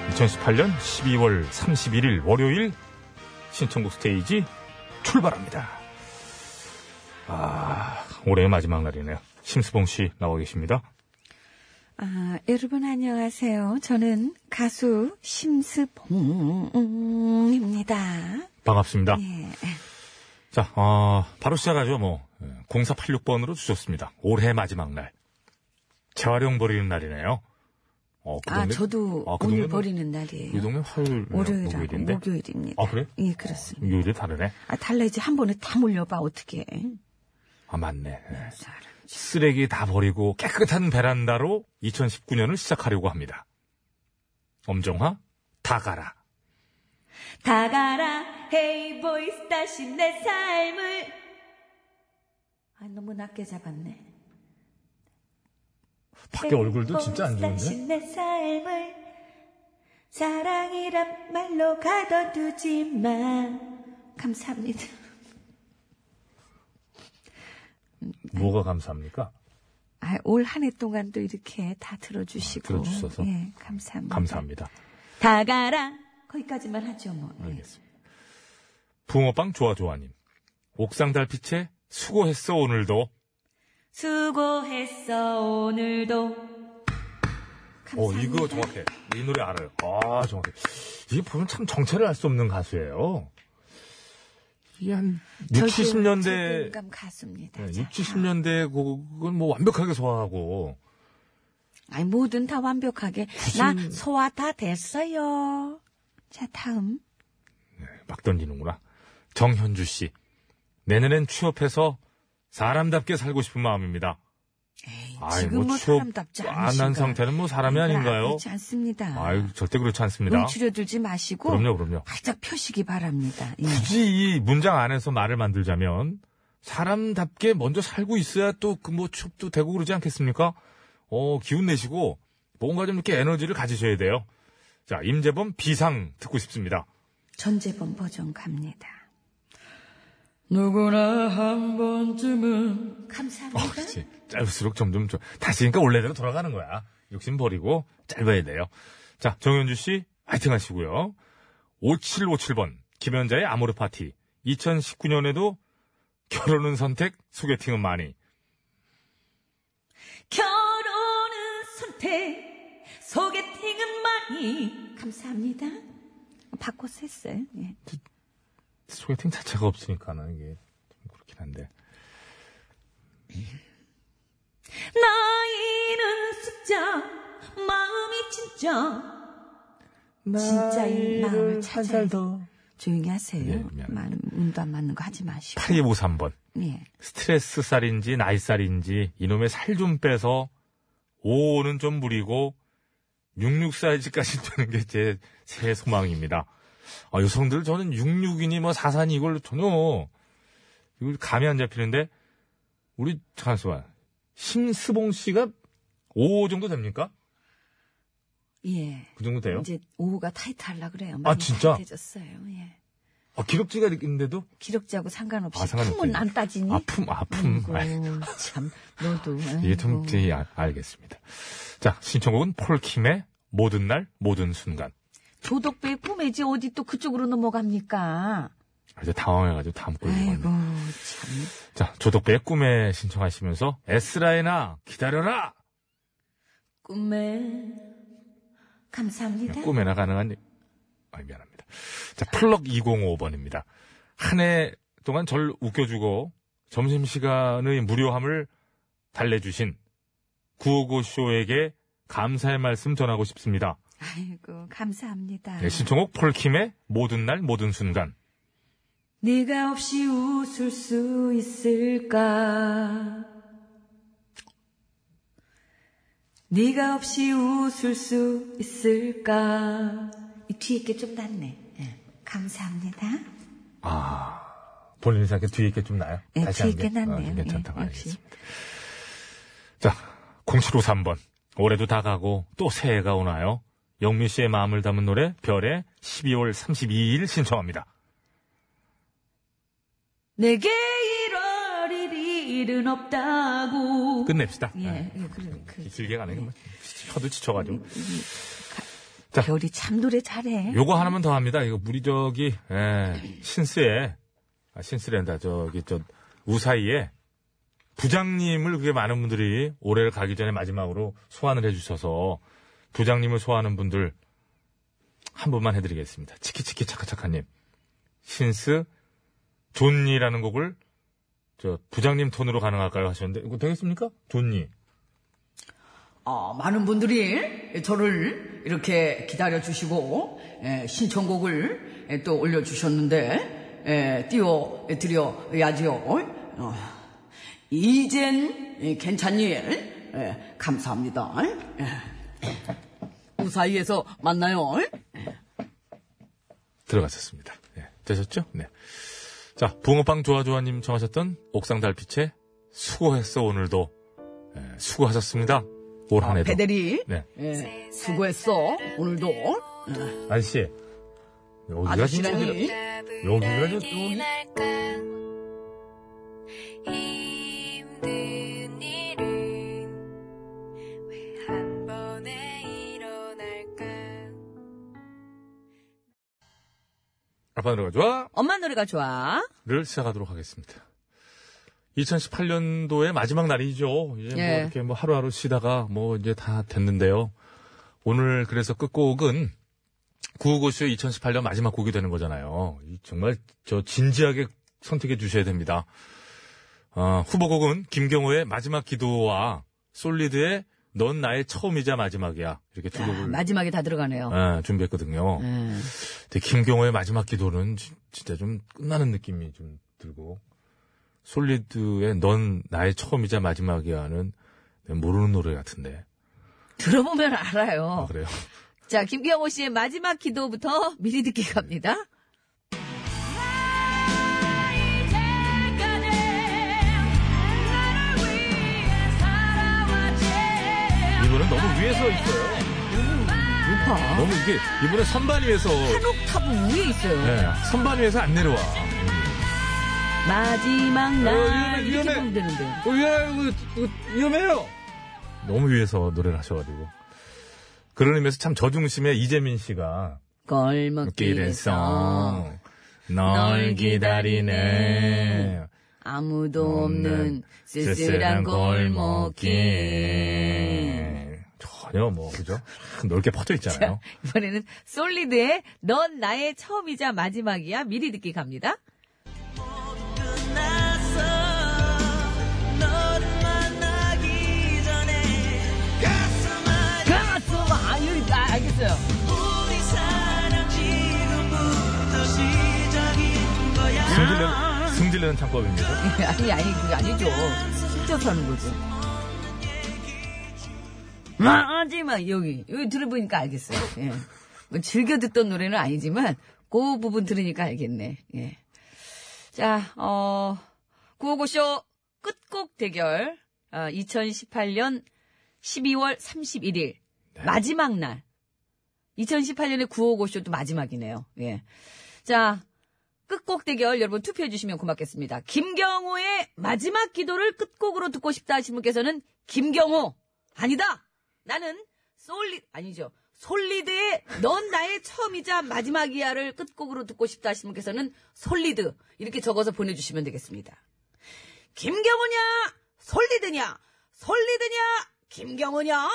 2018년 12월 31일 월요일 신청곡 스테이지 출발합니다. 아, 올해의 마지막 날이네요. 심수봉 씨 나와 계십니다.
아, 여러분 안녕하세요. 저는 가수 심스봉입니다.
반갑습니다.
예.
자, 어, 바로 시작하죠. 뭐 0486번으로 주셨습니다. 올해 마지막 날. 재활용 버리는 날이네요. 어, 그
아,
동네-
저도
아, 그
오늘
동네는- 이
버리는 날이에요.
동네 화요일
월요일하고
목요일인데.
목요일입니다.
아, 그래?
예, 그렇습니다.
요일이 다르네.
아, 달라 이제 한 번에 다 몰려봐 어떻게?
아, 맞네. 네. 쓰레기 다 버리고 깨끗한 베란다로 2019년을 시작하려고 합니다. 엄정화, 다 가라.
다 가라 헤이 보이스 다시 내 삶을
아, 너무 낮게 잡았네.
밖에 얼굴도 진짜 안
다시
좋은데?
내 삶을 사랑이란 말로 가둬두지만
감사합니다.
뭐가 감사합니까?
아, 올 한 해 동안도 이렇게 다 들어주시고.
아, 들어주셔서?
예, 감사합니다.
감사합니다.
다 가라
거기까지만 하죠, 뭐.
네.
예.
음. 알겠습니다. 붕어빵 좋아좋아님. 옥상 달빛에 수고했어 오늘도.
수고했어 오늘도
어, 이거 정확해. 이 노래 알아요. 아, 정확해. 이게 보면 참 정체를 알 수 없는 가수예요. 이게 한 6,
저기
70년대
저기감 가수입니다.
네,
자.
6, 70년대 곡은 뭐 완벽하게 소화하고
아니, 뭐든 다 완벽하게. 나 소화 다 됐어요. 자, 다음.
막 던지는구나. 정현주 씨. 내년엔 취업해서 사람답게 살고 싶은 마음입니다. 아이,
지금 뭐
취업
사람답지
안한
않으신가.
상태는 뭐 사람이
이건
아닌가요?
그렇지 않습니다.
아유, 절대 그렇지 않습니다.
움츠려들지 마시고.
그럼요, 그럼요.
활짝 펴시기 바랍니다. 예.
굳이 이 문장 안에서 말을 만들자면 사람답게 먼저 살고 있어야 또 그 뭐 취업도 되고 그러지 않겠습니까? 어, 기운 내시고 뭔가 좀 이렇게 에너지를 가지셔야 돼요. 자, 임재범 비상 듣고 싶습니다.
전재범 버전 갑니다. 누구나 한 번쯤은
어,
감사합니다.
그렇지. 짧을수록 점점 좀 다시니까 원래대로 돌아가는 거야. 욕심 버리고 짧아야 돼요. 자, 정현주 씨 화이팅 하시고요. 5757번 김현자의 아모르 파티. 2019년에도 결혼은 선택, 소개팅은 많이.
결혼은 선택, 소개팅은 많이 감사합니다. 바꿔서 했어요. 예.
소개팅 자체가 없으니까는 이게 좀 그렇긴 한데.
나이는 숫자, 마음이 진짜. 진짜인 마음을 찾아야 조용히 하세요.
예, 미안합니다.
마- 눈도 안 맞는 거 하지 마시고.
8253번.
예.
스트레스 살인지 나이 살인지 이놈의 살 좀 빼서 55는 좀 무리고 66 사이즈까지 되는 게 제 새해 소망입니다. 아, 여성들 저는 66이니 뭐 44니 이걸 전혀 이걸 감이 안 잡히는데 우리 잠시만 심스봉 씨가 55 정도 됩니까?
예.
그 정도 돼요?
이제 오후가 타이트하려 그래요.
아, 진짜?
해졌어요. 예.
아, 기록지가 있는데도
기록자하고 상관없이
아, 상관없이.
품은 안 따지니?
아픔 아픔
네. 아이고,
아이,
참 너도
이게 좀
아이고.
제 아, 알겠습니다. 자 신청곡은 폴킴의 모든 날 모든 순간.
도덕배의 꿈이지 어디 또 그쪽으로 넘어갑니까?
아, 이제 당황해가지고 다음 걸
아이고
읽었네.
참.
자, 조덕배의 꿈에 신청하시면서 에스라이나 기다려라!
꿈에 감사합니다.
꿈에나 가능한, 아, 미안합니다. 자, 플럭 205번입니다. 한 해 동안 절 웃겨주고 점심시간의 무료함을 달래주신 구호고쇼에게 감사의 말씀 전하고 싶습니다.
아이고 감사합니다.
네, 신청곡 폴킴의 모든 날 모든 순간.
네가 없이 웃을 수 있을까? 네가 없이 웃을 수 있을까? 이 뒤에 게 좀 낫네. 예. 감사합니다.
본인 생각에 뒤에 있게 좀 나요?
예,
다시
뒤에
하는
게 낫네요.
아, 좀 괜찮다고
예, 역시.
알겠습니다. 자, 0753번. 올해도 다 가고 또 새해가 오나요? 영미 씨의 마음을 담은 노래 별의 12월 32일 신청합니다.
내게 1월 1일은 없다고.
끝냅시다.
예,
네.
예, 그래. 그,
길게 가는 게 뭐, 혀도 지쳐가지고. 자.
별이 참 노래 잘해.
요거 하나만 더 합니다. 이거 우리 저기 예, 신스에 아, 신스랜다 저기 저 우사이에 부장님을 그게 많은 분들이 올해를 가기 전에 마지막으로 소환을 해주셔서 부장님을 소환하는 분들 한 분만 해드리겠습니다. 치키치키 차카차카님 신스 존니라는 곡을 저 부장님 톤으로 가능할까요 하셨는데 이거 되겠습니까? 존니
아, 많은 분들이 저를 이렇게 기다려주시고, 예, 신청곡을 예, 또 올려주셨는데, 예, 띄워드려야지요. 어, 이젠 예, 괜찮니? 예, 감사합니다. 예. 우사이에서 만나요.
들어갔었습니다. 예, 되셨죠? 네. 자, 붕어빵 좋아좋아님 청하셨던 옥상 달빛의 수고했어 오늘도 예, 수고하셨습니다. 올 한해도.
아, 배대리,
네.
예, 수고했어. 오늘도. 예,
아저씨. 여기가 진짜
아저씨라니.
여기가 좀
날까 힘든 일은 왜 한 번에 일어날까
아빠 노래가 좋아.
엄마 노래가 좋아.
를 시작하도록 하겠습니다. 2018년도의 마지막 날이죠. 이제 뭐
예.
이렇게 뭐 하루하루 쉬다가 뭐 이제 다 됐는데요. 오늘 그래서 끝곡은 구호고쇼의 2018년 마지막 곡이 되는 거잖아요. 이 정말 저 진지하게 선택해 주셔야 됩니다. 아, 후보곡은 김경호의 마지막 기도와 솔리드의 넌 나의 처음이자 마지막이야. 이렇게 두 곡을
마지막에 다 들어가네요.
예, 준비했거든요.
예.
근데 김경호의 마지막 기도는 지- 진짜 좀 끝나는 느낌이 좀 들고 솔리드의 넌 나의 처음이자 마지막이야는 네, 모르는 노래 같은데
들어보면
아
알아요.
그래요?
자, 김경호 씨의 마지막 기도부터 미리 듣기 갑니다.
이제까지 나를 위해 살아왔지
이거는 너무 위에서 있어요.
높아.
너무 이게 이번에 선반 위에서
한 옥타브 위에 있어요.
네, 선반 위에서 안 내려와.
마지막
어, 위험해,
날 이렇게
위험해.
보면 되는데.
어, 야, 이거, 이거 그, 위험해요. 너무 위에서 노래를 하셔가지고. 그런 의미에서 참 저중심의 이재민 씨가
걸먹길에서
길에서 널 기다리네.
아무도
없는
없는 쓸쓸한 골목길.
전혀 뭐 그죠? 큰 넓게 퍼져 있잖아요.
이번에는 솔리드의 넌 나의 처음이자 마지막이야 미리 듣기 갑니다.
가마스마 아, 여기, 아, 알겠어요.
승질내는, 승질내는 창법입니다.
아니, 아니, 그게 아니죠. 숫자서 하는 거죠. 아, 마지막, 여기. 여기 들어보니까 알겠어요. 예. 뭐 즐겨 듣던 노래는 아니지만, 그 부분 들으니까 알겠네. 예. 자, 어, 구호고쇼 끝곡 대결. 어, 2018년 12월 31일. 마지막 날. 2018년의 구호고쇼도 마지막이네요. 예. 자, 끝곡 대결 여러분 투표해 주시면 고맙겠습니다. 김경호의 마지막 기도를 끝곡으로 듣고 싶다 하신 분께서는 김경호 아니다. 나는 솔리 아니죠. 솔리드의 넌 나의 처음이자 마지막이야를 끝곡으로 듣고 싶다 하신 분께서는 솔리드 이렇게 적어서 보내주시면 되겠습니다. 김경호냐 솔리드냐 솔리드냐 김경호냐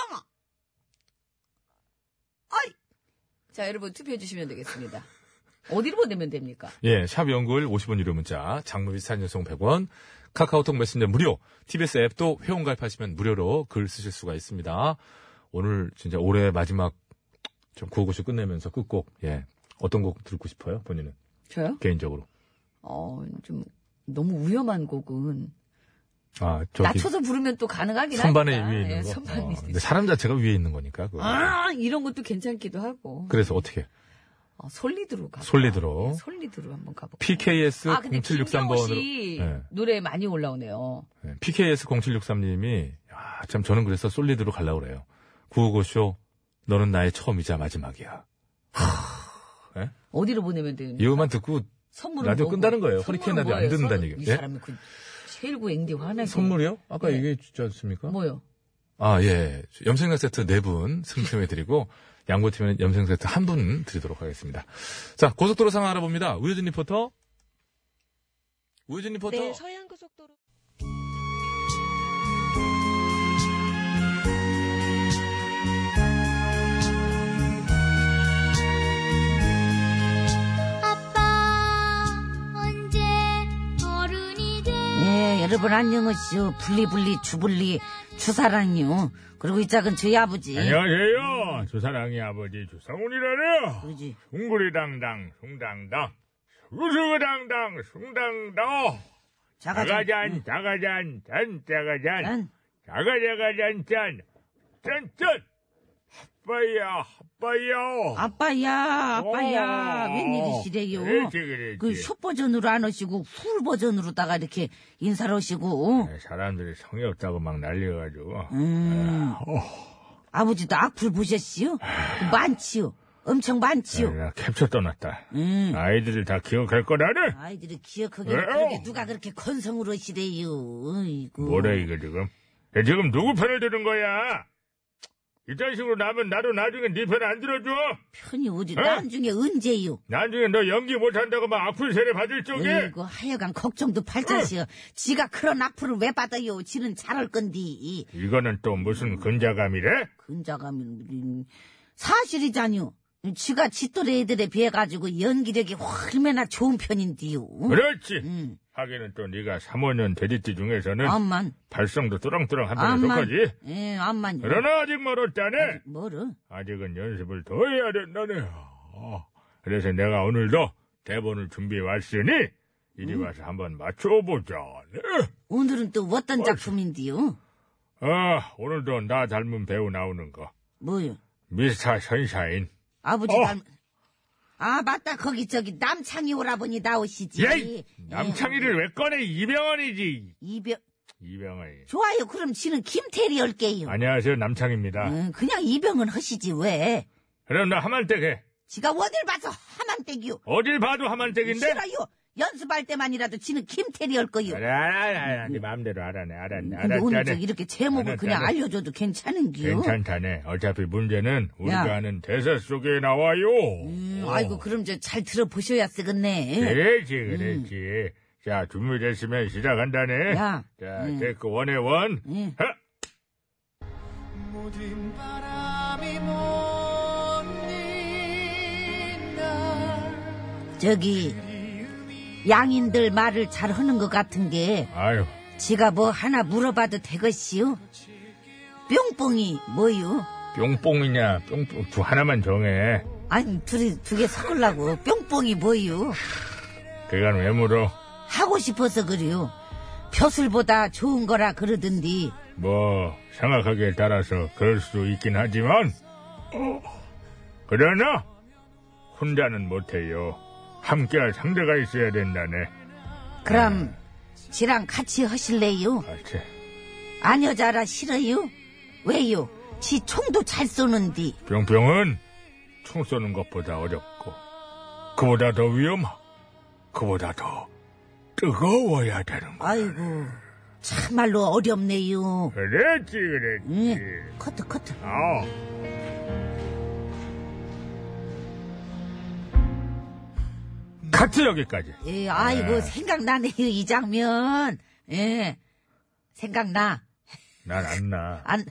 아이 자 여러분 투표해 주시면 되겠습니다. 어디로 보내면 됩니까?
예, 샵 연구일 50원 유료 문자, 장무비 산연송 100원, 카카오톡 메신저 무료, TBS 앱도 회원 가입하시면 무료로 글 쓰실 수가 있습니다. 오늘 진짜 올해 마지막 좀 구호고쇼 끝내면서 끝곡, 예. 어떤 곡 듣고 싶어요, 본인은?
저요?
개인적으로.
어, 좀 너무 위험한 곡은
아, 저기.
낮춰서 부르면 또 가능하긴
선반에
하니까.
위에 있는
예,
거.
선반에
어,
있는
근데 사람 자체가 위에 있는 거니까. 그거.
아, 이런 것도 괜찮기도 하고.
그래서 어떻게?
어, 솔리드로 가.
솔리드로.
솔리드로 한번 가볼까.
PKS
아, 근데 김경호
0763번으로. 예, 네.
씨 노래 많이 올라오네요.
PKS 0763님이 아, 참 저는 그래서 솔리드로 갈라 그래요. 구호고쇼 너는 나의 처음이자 마지막이야.
어디로 보내면 되는?
이 음만 듣고
선물은
라디오
뭐고?
끈다는 거예요.
선물은
허리케인 라디오 안
뭐예요?
듣는다는
선-
얘기.
이
예?
사람이 그 최일구 앵디 화나.
선물이요? 아까
예.
얘기해 주지 않습니까?
네. 뭐요?
아, 예. 염색약 세트 네 분 승승해 드리고 양보팀에는 염색 세트 한 분 드리도록 하겠습니다. 자, 고속도로 상황 알아봅니다. 우효진 리포터. 우효진 리포터.
네,
서해안고속도로
아빠 언제 어른이 돼
예, 여러분 안녕하시오. 블리블리 주블리 주사랑요. 그리고 이 짝은 저희 아버지.
안녕하세요. 주사랑이 아버지 주상훈이라네요.
그지.
숭구리당당, 숭당당. 우수당당, 숭당당.
자가자.
자가잔, 잔, 자가잔.
짠.
자가자가잔, 짠. 짠짠. 아빠야, 아빠야.
아빠야, 아빠야.
어.
웬일이시래요?
그렇지, 그렇지.
그 숏 버전으로 안 오시고 풀 버전으로다가 이렇게 인사를 오시고.
네. 사람들이 성의 없다고 막 난리여가지고.
음.
어.
아버지도 악플 보셨시오? 그 많지요. 엄청 많지요.
나 캡처
네.
떠났다.
음.
아이들을 다 기억할 거라네.
아이들이 기억하게
왜요?
그렇게 누가 그렇게 건성으로 하시래요. 어이구.
뭐라 이거 지금? 야, 지금 누구 편을 들은 거야? 이딴 식으로 나면 나도 나중에 네 편 안 들어줘.
편이 어디
어?
나중에 언제요?
나중에 너 연기 못한다고 막 악플 세례 받을 적에
아이고 하여간 걱정도 팔자시여 지가 그런 악플을 왜 받아요 지는 잘할 건디
이거는 또 무슨 근자감이래?
근자감이 사실이잖요 지가 짓돌이 애들에 비해 가지고 연기력이 얼마나 좋은 편인디요
그렇지.
음.
하기는 또 네가 3, 5년 돼지띠 중에서는
암만
발성도 뚜렁뚜렁 하면서
암만
좋거지.
예 암만
그러나 아직 멀었다네.
뭐를
아직은 연습을 더 해야 된다네. 어, 그래서 내가 오늘도 대본을 준비해 왔으니 이리 와서 한번 맞춰보자. 네.
오늘은 또 어떤 작품인디요
아, 오늘도 나 닮은 배우 나오는 거.
뭐요
미스터 선샤인.
아버지
어.
닮은 아 맞다 거기 저기 남창희 오라버니 나오시지
예이! 남창희를 왜 꺼내? 이병헌이지.
예, 이병
이병헌이.
좋아요 그럼 지는 김태리 할게요
안녕하세요, 남창입니다.
응, 그냥 입영은 하시지 왜?
그럼 나 하만댁에.
지가 어딜 봐서 하만댁이요.
어딜 봐도 하만댁인데?
싫어요. 연습할 때만이라도 지는 김태리 할 거요.
알아, 알아, 알아. 네 마음대로 알아네, 알아네,
근데 오늘 저
알았다네.
이렇게 제목을
알았다네.
그냥 알려줘도 괜찮은기요.
괜찮다네. 어차피 문제는 우리가
야.
아는 대사 속에 나와요.
음,
어.
아이고 그럼 저 잘 들어보셔야 쓰겠네.
그렇지,
음.
그렇지. 자, 준비됐으면 시작한다네.
야.
자, 데크 원의원
네.
헉!
모든 바람이 몰린 날
저기 양인들 말을 잘 하는 것 같은 게
아유,
지가 뭐 하나 물어봐도 되겠시요? 뿅뽕이 뭐요?
뿅뽕이냐, 뿅뽕. 두 하나만 정해.
아니 둘이 두 개 섞으려고 뿅뽕이 뭐요?
그건 왜 물어?
하고 싶어서 그래요. 벼슬보다 좋은 거라 그러던디.
뭐, 생각하기에 따라서 그럴 수도 있긴 하지만, 어, 그러나, 혼자는 못해요. 함께할 상대가 있어야 된다네.
그럼 지랑 같이 하실래요?
알지?
아녀자라 싫어요? 왜요? 지 총도 잘 쏘는디.
병병은 총 쏘는 것보다 어렵고, 그보다 더 위험하고, 그보다 더 뜨거워야 되는 거.
아이고 참말로 어렵네요.
그랬지, 그랬지.
커트 커트.
어. 카트 여기까지.
예, 아이고 생각나네요 이 장면. 예, 생각나.
난 안 나.
안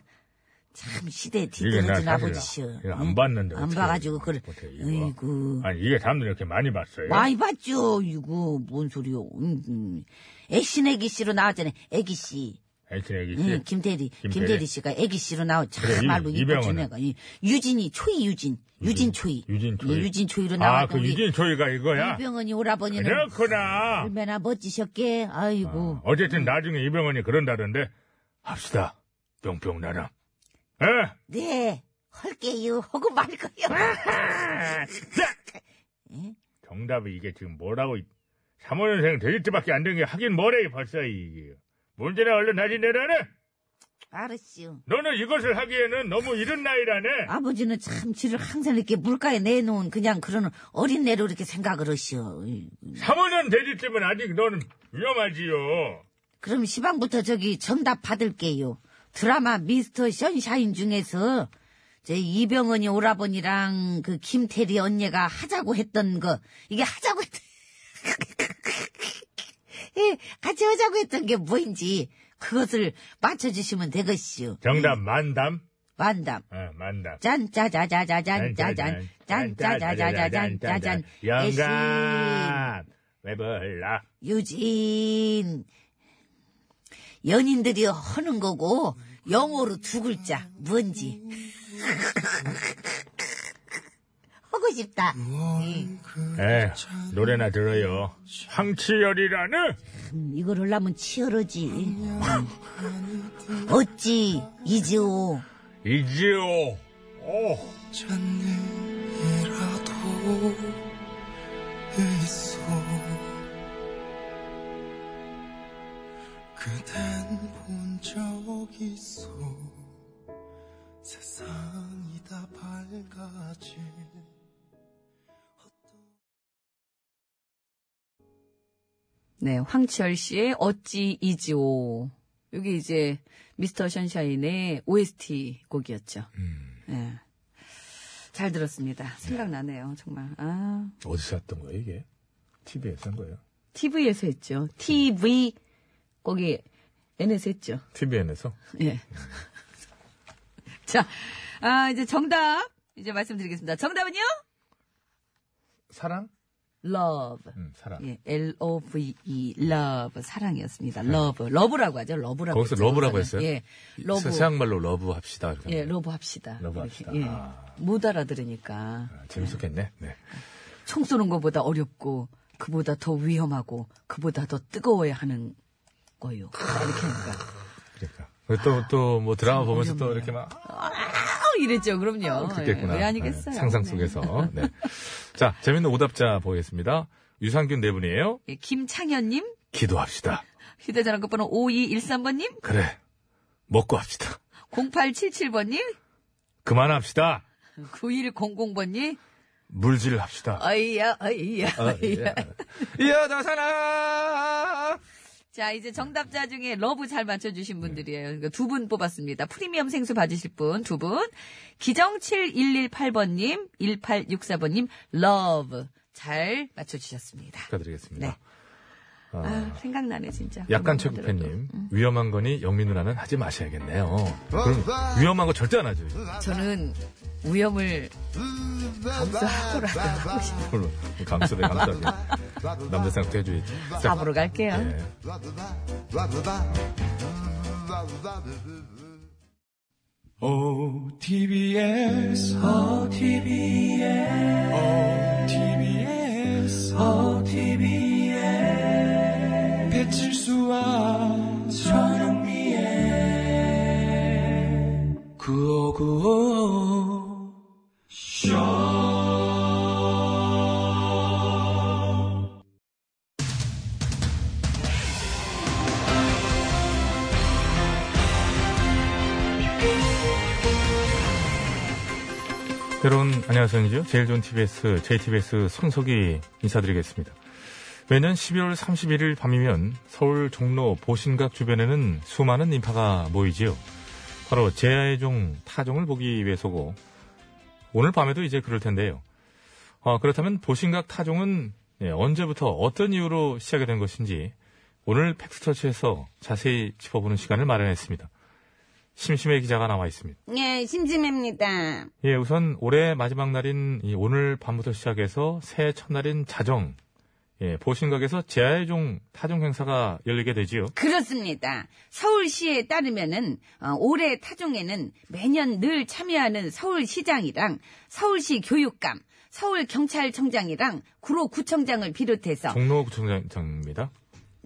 참 시대
이게 나
뒤떨어진 아버지셔.
사실 이거 안 봤는데.
안
어떻게
봐가지고 그래.
못해, 이거.
아이고
아니 예? 이게 사람들이 이렇게 많이 봤어요.
많이 봤죠. 이거 뭔 소리요? 음, 음. 애신 애기 씨로 나왔잖아요. 애기 씨.
애신 애기 씨.
응, 김대리,
김대리.
김대리, 씨가 애기 씨로 나온
그래, 이-
참말로 이쁜
이병헌은.
주애가 유진이 초이 유진, 유진 초이,
유진 초이.
예, 유진 초이로
아,
나왔던
그
우리
유진 초이가 이거야.
이병헌이 오라버니는
그렇구나.
얼마나 멋지셨게. 아이고
어쨌든 나중에 이병헌이 그런다던데 합시다. 뿅뿅 나랑. 에?
네 할게요 하고 말 거요.
정답이 이게 지금 뭐라고 3월년생 될 때밖에 안 된 게 하긴 뭐래 벌써 이게. 문제는 얼른 다시 내라네.
알았슈.
너는 이것을 하기에는 너무 이른 나이라네.
아버지는 참 지를 항상 이렇게 물가에 내놓은 그냥 그런 어린애로 이렇게 생각을 하시오. 예.
3월년 되질 때면 아직 너는 위험하지요.
그럼 시방부터 저기 정답 받을게요. 드라마 미스터 션샤인 중에서 제 이병헌이 오라버니랑 그 김태리 언니가 하자고 했던 거 이게 하자고 했던 예, 같이 하자고 했던 게 뭐인지 그것을 맞춰주시면 되겠시오.
정답 만담.
만담.
어, 만담.
짠짜자자자잔짜잔 짠짜자자자잔짜잔
영감 왜 몰라
유진 연인들이 하는 거고 영어로 두 글자 뭔지 하고 싶다
에 예, 노래나 들어요 황치열이라는
음, 이걸 하려면 치열하지 음. 어찌 이지오
이지오 오
잔이라도 있어 그댄 본 적 있어 세상이 다 밝아질
네, 황치열 씨의 어찌 이지오. 여기 이제 미스터 션샤인의 OST 곡이었죠. 예. 잘 들었습니다. 생각나네요, 정말. 아,
어디서 샀던 거예요 이게 TV에서 한 거예요
TV에서 했죠. TV 거기 NS 했죠.
TVN에서
예. 자, 아, 이제 정답 이제 말씀드리겠습니다. 정답은요?
사랑
love.
음 사랑
예, L-O-V-E, E. love, 사랑이었습니다. love. 러브라고 하죠. 러브라고.
네. 거기서
했죠,
러브라고
우선은.
했어요?
예. 러브.
세상 말로 러브 합시다 그러니까
예, 러브 합시다.
러브
이렇게,
합시다.
예.
아.
못 알아들으니까.
재밌었겠네
예.
네.
총 쏘는 것보다 어렵고, 그보다 더 위험하고, 그보다 더 뜨거워야 하는 거요. 이렇게 하니까.
그러니까 또 또 뭐 드라마 보면서 또
어렵네요.
이렇게 막
아, 이랬죠. 그럼요.
그렇겠구나.
예, 왜 아니겠어요?
네, 상상
네.
속에서. 네. 자, 재밌는 오답자 보겠습니다. 유산균 네 분이에요.
예, 김창현님,
기도합시다.
휴대전화 끝번호 5213번님,
그래. 먹고 합시다.
0877번님,
그만합시다.
9100번님?
물질 합시다.
어이야, 어이야, 어이야.
아, 예.
예.
이어다 사랑!
자, 이제 정답자 중에 러브 잘 맞춰주신 분들이에요. 그러니까 두 분 뽑았습니다. 프리미엄 생수 받으실 분 두 분. 기정7118번님, 1864번님, 러브. 잘 맞춰주셨습니다.
축하드리겠습니다.
네.
아,
아, 생각나네, 진짜.
약간
아무리 들어도. 음.
최국팬님 위험한 거니 영민 누나는 하지 마셔야겠네요. 그럼 위험한 거 절대 안 하죠.
저는 위험을 감수하고라도 하고 싶어요.
물론 감수돼 감수하게 남자 생각도 해줘야지. 자,
앞으로 갈게요.
예.
OTBS, OTBS, OTBS, OTBS. 배칠수와 전영미의 구호구호 쇼.
여러분 안녕하세요. 제일 좋은 TBS, JTBS 손석희 인사드리겠습니다. 매년 11월 31일 밤이면 서울 종로 보신각 주변에는 수많은 인파가 모이지요. 바로 제야의 종, 타종을 보기 위해서고 오늘 밤에도 이제 그럴 텐데요. 아, 그렇다면 보신각 타종은 예, 언제부터 어떤 이유로 시작이 된 것인지 오늘 팩스터치에서 자세히 짚어보는 시간을 마련했습니다. 심심해 기자가 나와 있습니다.
예, 심심합니다.
예, 우선 올해 마지막 날인 이 오늘 밤부터 시작해서 새해 첫날인 자정, 예, 보신각에서 제아의 종 타종 행사가 열리게 되지요.
그렇습니다. 서울시에 따르면은 어, 올해 타종에는 매년 늘 참여하는 서울시장이랑 서울시 교육감, 서울경찰청장이랑 구로구청장을 비롯해서
종로구청장입니다.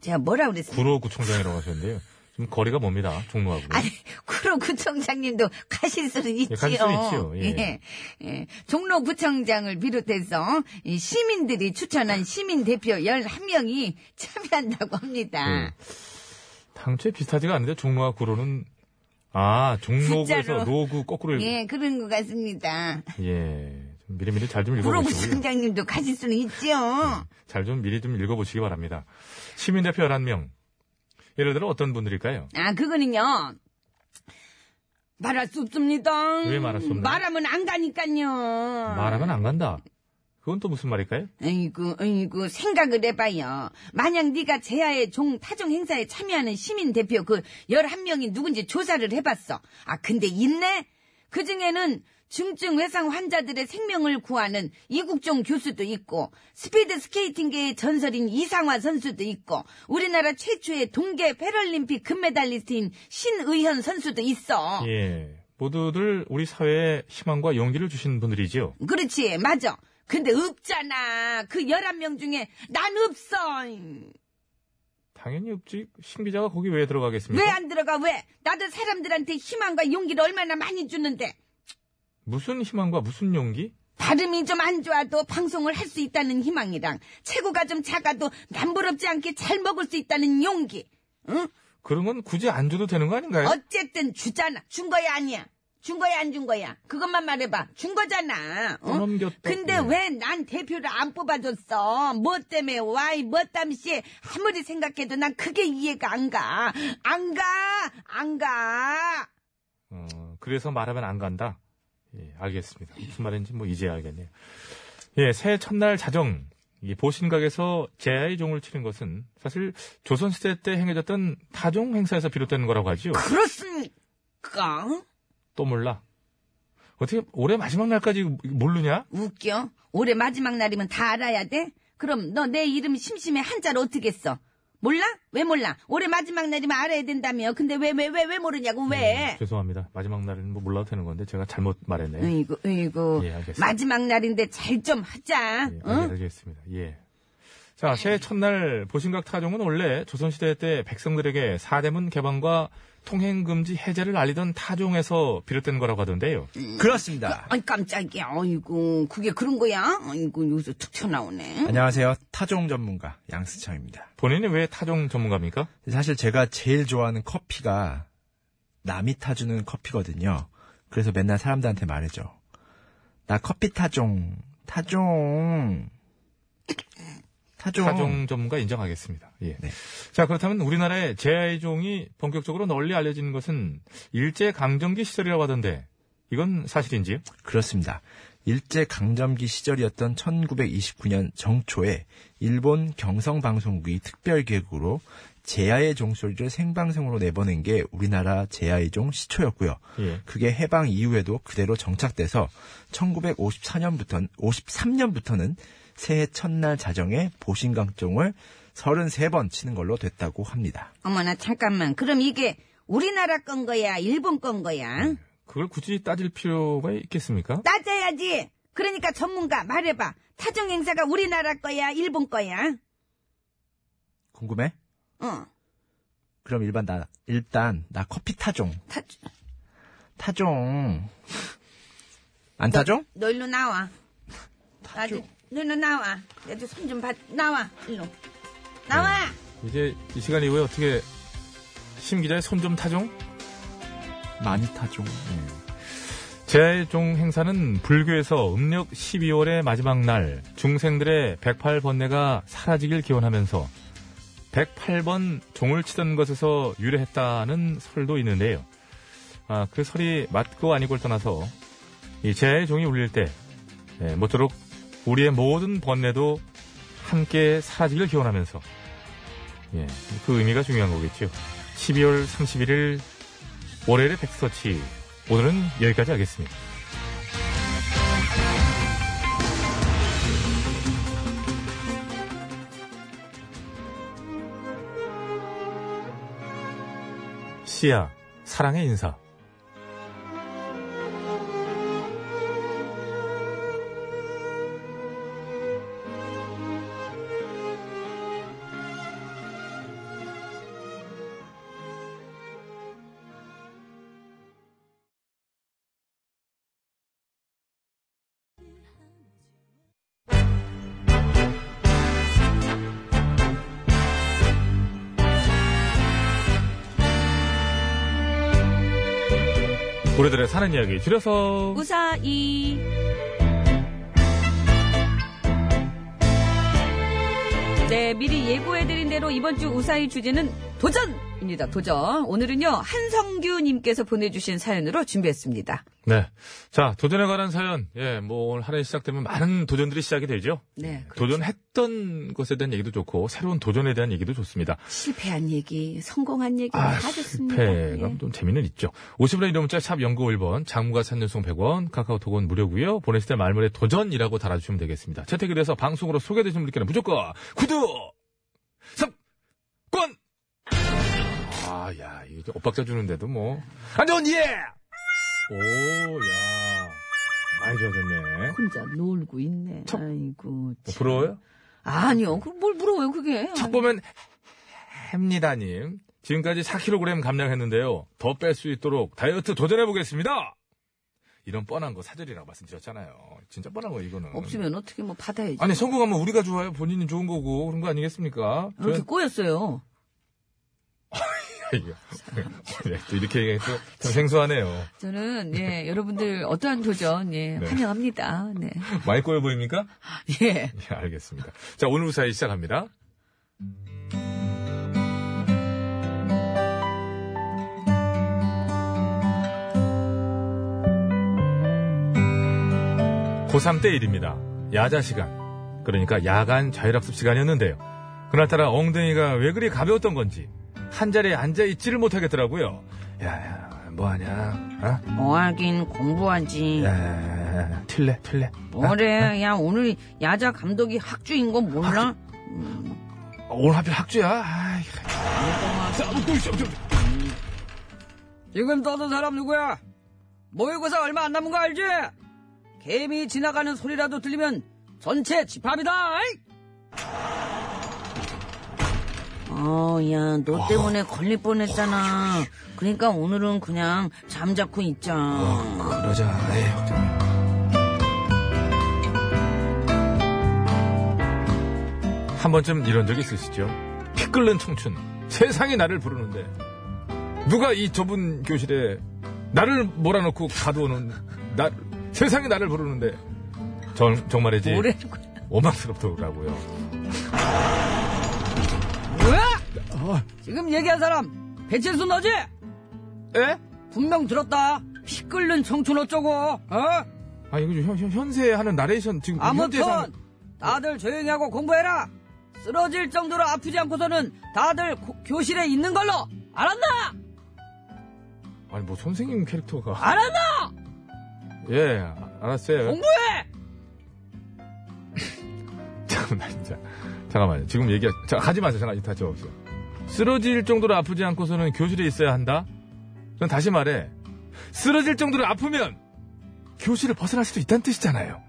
제가 뭐라 그랬어요?
구로구청장이라고 하셨는데요. 좀 거리가 멉니다, 종로하고.
아니, 구로구청장님도 가실 수는
예.
있지요.
가실 수는 있지요, 예.
예, 예. 종로구청장을 비롯해서 이 시민들이 추천한 시민대표 11명이 참여한다고 합니다.
그 예. 당초에 비슷하지가 않은데, 종로와 구로는, 아,
진짜로.
종로구에서 노구 거꾸로 읽-
예, 그런 것 같습니다.
예. 좀 미리미리 잘 좀 읽어보시고요.
구로구청장님도 가실 수는 있지요.
잘 좀 미리 좀 읽어보시기 바랍니다. 시민대표 11명. 예를 들어 어떤 분들일까요?
아, 그거는요. 말할 수 없습니다.
왜 말할 수 없나요?
말하면 안 가니까요.
말하면 안 간다. 그건 또 무슨 말일까요?
아이고, 아이고, 생각을 해봐요. 만약 네가 제아의 종 타종 행사에 참여하는 시민 대표 그 11명이 누군지 조사를 해봤어. 아, 근데 있네? 그 중에는 중증 외상 환자들의 생명을 구하는 이국종 교수도 있고, 스피드 스케이팅계의 전설인 이상화 선수도 있고, 우리나라 최초의 동계 패럴림픽 금메달리스트인 신의현 선수도 있어.
예. 모두들 우리 사회에 희망과 용기를 주신 분들이지요.
그렇지, 맞아. 근데 없잖아. 그 11명 중에 난 없어.
당연히 없지. 신 기자가 거기 왜 들어가겠습니까?
왜 안 들어가 왜? 나도 사람들한테 희망과 용기를 얼마나 많이 주는데
무슨 희망과 무슨 용기?
발음이 좀 안 좋아도 방송을 할 수 있다는 희망이랑 체구가 좀 작아도 남부럽지 않게 잘 먹을 수 있다는 용기 응?
그런 건 굳이 안 줘도 되는 거 아닌가요?
어쨌든 주잖아 준 거야 아니야 준 거야 안 준 거야 그것만 말해봐 준 거잖아 응?
떠넘겼다.
근데
예.
왜 난 대표를 안 뽑아줬어 뭐 때문에 와이 뭐 땀시 아무리 생각해도 난 그게 이해가 안가안가안가
어, 그래서 말하면 안 간다. 예, 알겠습니다. 무슨 말인지 뭐 이제야 알겠네요. 예, 새해 첫날 자정. 이 보신각에서 제아의 종을 치는 것은 사실 조선시대 때 행해졌던 타종 행사에서 비롯된 거라고 하지요.
그렇습니까?
또 몰라. 어떻게 올해 마지막 날까지 모르냐?
웃겨. 올해 마지막 날이면 다 알아야 돼? 그럼 너 내 이름 심심해 한자로 어떻게 써? 몰라? 왜 몰라? 올해 마지막 날이면 알아야 된다며. 근데 왜, 왜, 왜, 왜 모르냐고, 왜?
네, 음, 죄송합니다. 마지막 날은 뭐 몰라도 되는 건데 제가 잘못 말했네요.
으이구, 으이구.
예, 알겠습니다.
마지막 날인데 잘 좀 하자.
예,
응?
알겠- 알겠습니다. 예. 자, 새해 첫날 보신각 타종은 원래 조선시대 때 백성들에게 사대문 개방과 통행금지 해제를 알리던 타종에서 비롯된 거라고 하던데요.
그렇습니다.
아이, 깜짝이야. 아이고, 그게 그런 거야? 아이고, 여기서 툭 튀어나오네.
아.
안녕하세요. 타종 전문가 양수창입니다.
본인이 왜 타종 전문가입니까?
사실 제가 제일 좋아하는 커피가 남이 타주는 커피거든요. 그래서 맨날 사람들한테 말해줘.
나 커피 타종. 타종. 타종.
타종 전문가 인정하겠습니다. 예. 자, 그렇다면 우리나라의 제아의종이 본격적으로 널리 알려지는 것은 일제 강점기 시절이라고 하던데 이건 사실인지요?
그렇습니다. 일제 강점기 시절이었던 1929년 정초에 일본 경성방송국이 특별계획으로 제야의 종소리를 생방송으로 내보낸 게 우리나라 제야의 종 시초였고요.
예.
그게 해방 이후에도 그대로 정착돼서 1954년부터 53년부터는 새해 첫날 자정에 보신강종을 33번 치는 걸로 됐다고 합니다.
어머나 잠깐만 그럼 이게 우리나라 건 거야 일본 건 거야
음. 그걸 굳이 따질 필요가 있겠습니까?
따져야지 그러니까 전문가 말해봐 타종 행사가 우리나라 거야 일본 거야
궁금해?
어
그럼 일반 나 일단 나 커피 타종.
타-
타종. 안 타종?
너 일로 나와 나도 너 일로 나와 나도 손 좀 받 나와 일로 나와
네.
이제 이 시간 이후에 어떻게 심 기자의 손 좀 타종?
많이 타종.
제아의종 행사는 불교에서 음력 12월의 마지막 날 중생들의 108번뇌가 사라지길 기원하면서 108번 종을 치던 것에서 유래했다는 설도 있는데요. 아, 그 설이 맞고 아니고를 떠나서 이 제아의 종이 울릴 때 예, 모쪼록 우리의 모든 번뇌도 함께 사라지길 기원하면서 예, 그 의미가 중요한 거겠죠. 12월 31일 월요일의 백서치 오늘은 여기까지 하겠습니다. 시야 사랑의 인사 우리들의 사는 이야기 줄여서
우사이. 네, 미리 예고해드린 대로 이번 주 우사이 주제는 도전입니다. 도전. 오늘은요, 한성규님께서 보내주신 사연으로 준비했습니다.
네. 자, 도전에 관한 사연. 예, 뭐, 오늘 한 해 시작되면 많은 도전들이 시작이 되죠?
네,
도전했던 것에 대한 얘기도 좋고, 새로운 도전에 대한 얘기도 좋습니다.
실패한 얘기, 성공한 얘기
아,
다 예. 좋습니다.
실패감 좀 재미는 있죠. 50원의 이름 문자, 샵 연구 1번, 장무가 산연송 100원, 카카오톡은 무료고요 보내실 때 말머리에 도전이라고 달아주시면 되겠습니다. 채택이 돼서 방송으로 소개되신 분들께는 무조건 구독! 3권! 아, 야, 이거 엇박자 주는데도 뭐. 안전, 예! 오, 야. 많이 좋아졌네.
혼자 놀고 있네. 아이고.
뭐 부러워요?
아니요. 그럼 뭘 물어요, 그게.
첫 보면 합니다님. 지금까지 4kg 감량했는데요. 더 뺄 수 있도록 다이어트 도전해보겠습니다. 이런 뻔한 거 사절이라고 말씀드렸잖아요. 진짜 뻔한 거 이거는.
없으면 어떻게 뭐 받아야지.
아니 성공하면 우리가 좋아요. 본인이 좋은 거고 그런 거 아니겠습니까?
이렇게
저는-
꼬였어요.
네, 또 이렇게 얘기해서 참 생소하네요.
저는
네.
예 여러분들 어떠한 도전 예
네.
환영합니다. 네.
많이 꼬여 보입니까?
예.
예, 알겠습니다. 자, 오늘 우사히 시작합니다. 고3 때 일입니다. 야자 시간. 그러니까 야간 자율학습 시간이었는데요. 그날따라 엉덩이가 왜 그리 가벼웠던 건지 한 자리에 앉아 있지를 못하겠더라고요. 야야, 뭐하냐?
뭐 하긴 공부하지
어?
네.
야야야야, 튈래, 튈래.
뭐래 야 오늘 야자 감독이 학주인 건 몰라?
어, 오늘 하필 학주야. 아이,
지금 떠든 사람 누구야? 모의고사 얼마 안 남은 거 알지? 개미 지나가는 소리라도 들리면 전체 집합이다. 아이!
어야 너 때문에 걸릴 뻔했잖아 그러니까 오늘은 그냥 잠자코 있자
그러자. 에이, 걱정 마.
한 번쯤 이런 적 있으시죠? 피 끓는 청춘. 세상이 나를 부르는데 누가 이 좁은 교실에 나를 몰아넣고 가두어놓은 나 세상이 나를 부르는데 정,
예.
정말이지 원망스럽더라고요.
뭐야? 지금 얘기한 사람 배칠수 너지? 에? 분명 들었다. 피 끓는 청춘 어쩌고? 어?
아 이거 좀 현, 현, 현세 하는 나레이션 지금 그
아무튼
현재 상-
다들 조용히 하고 공부해라. 쓰러질 정도로 아프지 않고서는 다들 고- 교실에 있는 걸로 알았나?
아니 뭐 선생님 캐릭터가 아,
알았나?
예 알았어요.
공부해.
잠깐만 진짜 잠깐만요. 지금 얘기 자 하지 마세요. 잠깐 이따 저 쓰러질 정도로 아프지 않고서는 교실에 있어야 한다. 전 다시 말해 쓰러질 정도로 아프면 교실을 벗어날 수도 있다는 뜻이잖아요.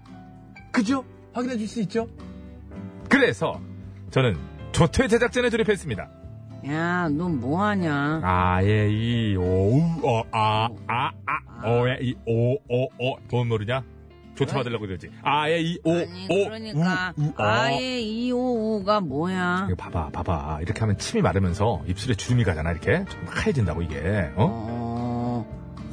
그죠? 확인해 줄 수 있죠? 그래서 저는 조퇴 제작전에 돌입했습니다.
야, 넌 뭐하냐?
아예 이 오우 어, 아, 어아아아 오에 이오오오 돈 모르냐? 조퇴 받으려고 그러지. 아예 이오오
그러니까
어.
아예 255가 뭐야?
이거 봐봐, 봐봐. 이렇게 하면 침이 마르면서 입술에 주름이 가잖아, 이렇게. 좀 하얘진다고, 이게. 어?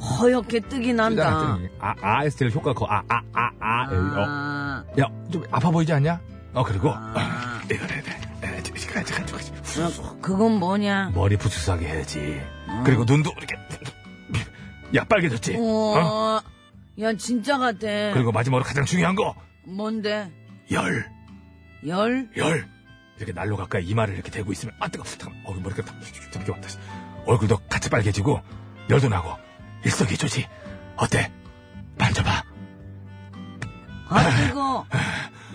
허옇게 뜨긴
뜨잖아,
한다.
뜨는 게. 아, 아, 에스텔 효과 커. 아, 아, 아, 아. 에이, 어.
아,
야, 좀 아파 보이지 않냐? 어, 그리고. 이걸 해야 돼. 에, 저, 시간, 시간, 시간, 시간.
그건 뭐냐?
머리 부스스하게 해야지. 그리고 눈도 이렇게. 야, 빨개졌지? 어?
어. 우와, 야 진짜 같아.
그리고 마지막으로 가장 중요한 거.
뭔데?
열.
열?
열. 이렇게 난로 가까이 이마를 이렇게 대고 있으면, 아, 뜨거, 잠깐, 어, 머리가 딱, 잠깐, 왔다. 얼굴도 같이 빨개지고, 열도 나고, 일석이조지. 어때? 만져봐.
아 뜨거.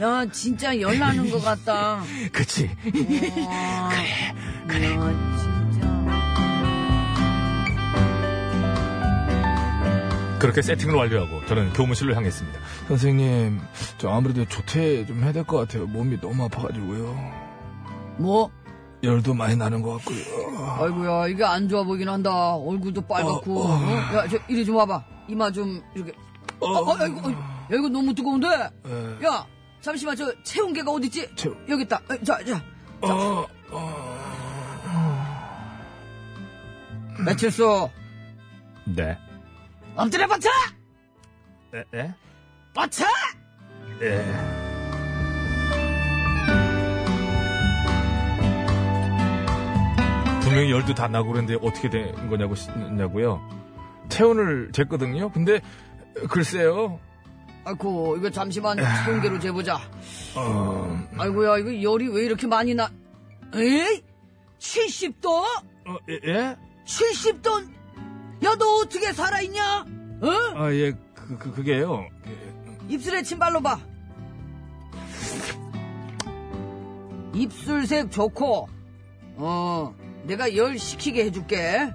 야 진짜 열 나는 것 같다. 어.
그치?
그래, 그래. 야, 진짜.
그렇게 세팅을 완료하고, 저는 교무실로 향했습니다. 선생님, 저 아무래도 조퇴 좀 해야 될 것 같아요. 몸이 너무 아파가지고요.
뭐?
열도 많이 나는 것 같고요.
아이고야 이게 안 좋아 보이긴 한다. 얼굴도 빨갛고.
어, 어.
야, 저 이리 좀 와봐. 이마 좀 이렇게. 어, 어, 아이고, 아이고. 야 이거 너무 뜨거운데.
에,
야 잠시만 저 체온계가 어디 있지?
예. 체온.
여기 있다. 에, 자, 자.
어,
매칠수
네.
엎드려 뻗쳐!
에, 에?
뻗쳐!
예. 분명히 열도 다 나고 그랬는데 어떻게 된 거냐고 냐고요. 체온을 쟀거든요. 근데 글쎄요.
아이고 이거 잠시만 체온계로 재보자.
어,
아이고야 이거 열이 왜 이렇게 많이 나? 에이? 70도?
어, 예, 예?
70도? 야 너 어떻게 살아있냐? 어?
아, 예. 그, 그 그게요. 예.
입술에 침발로 봐. 입술색 좋고. 어, 내가 열 식히게 해줄게.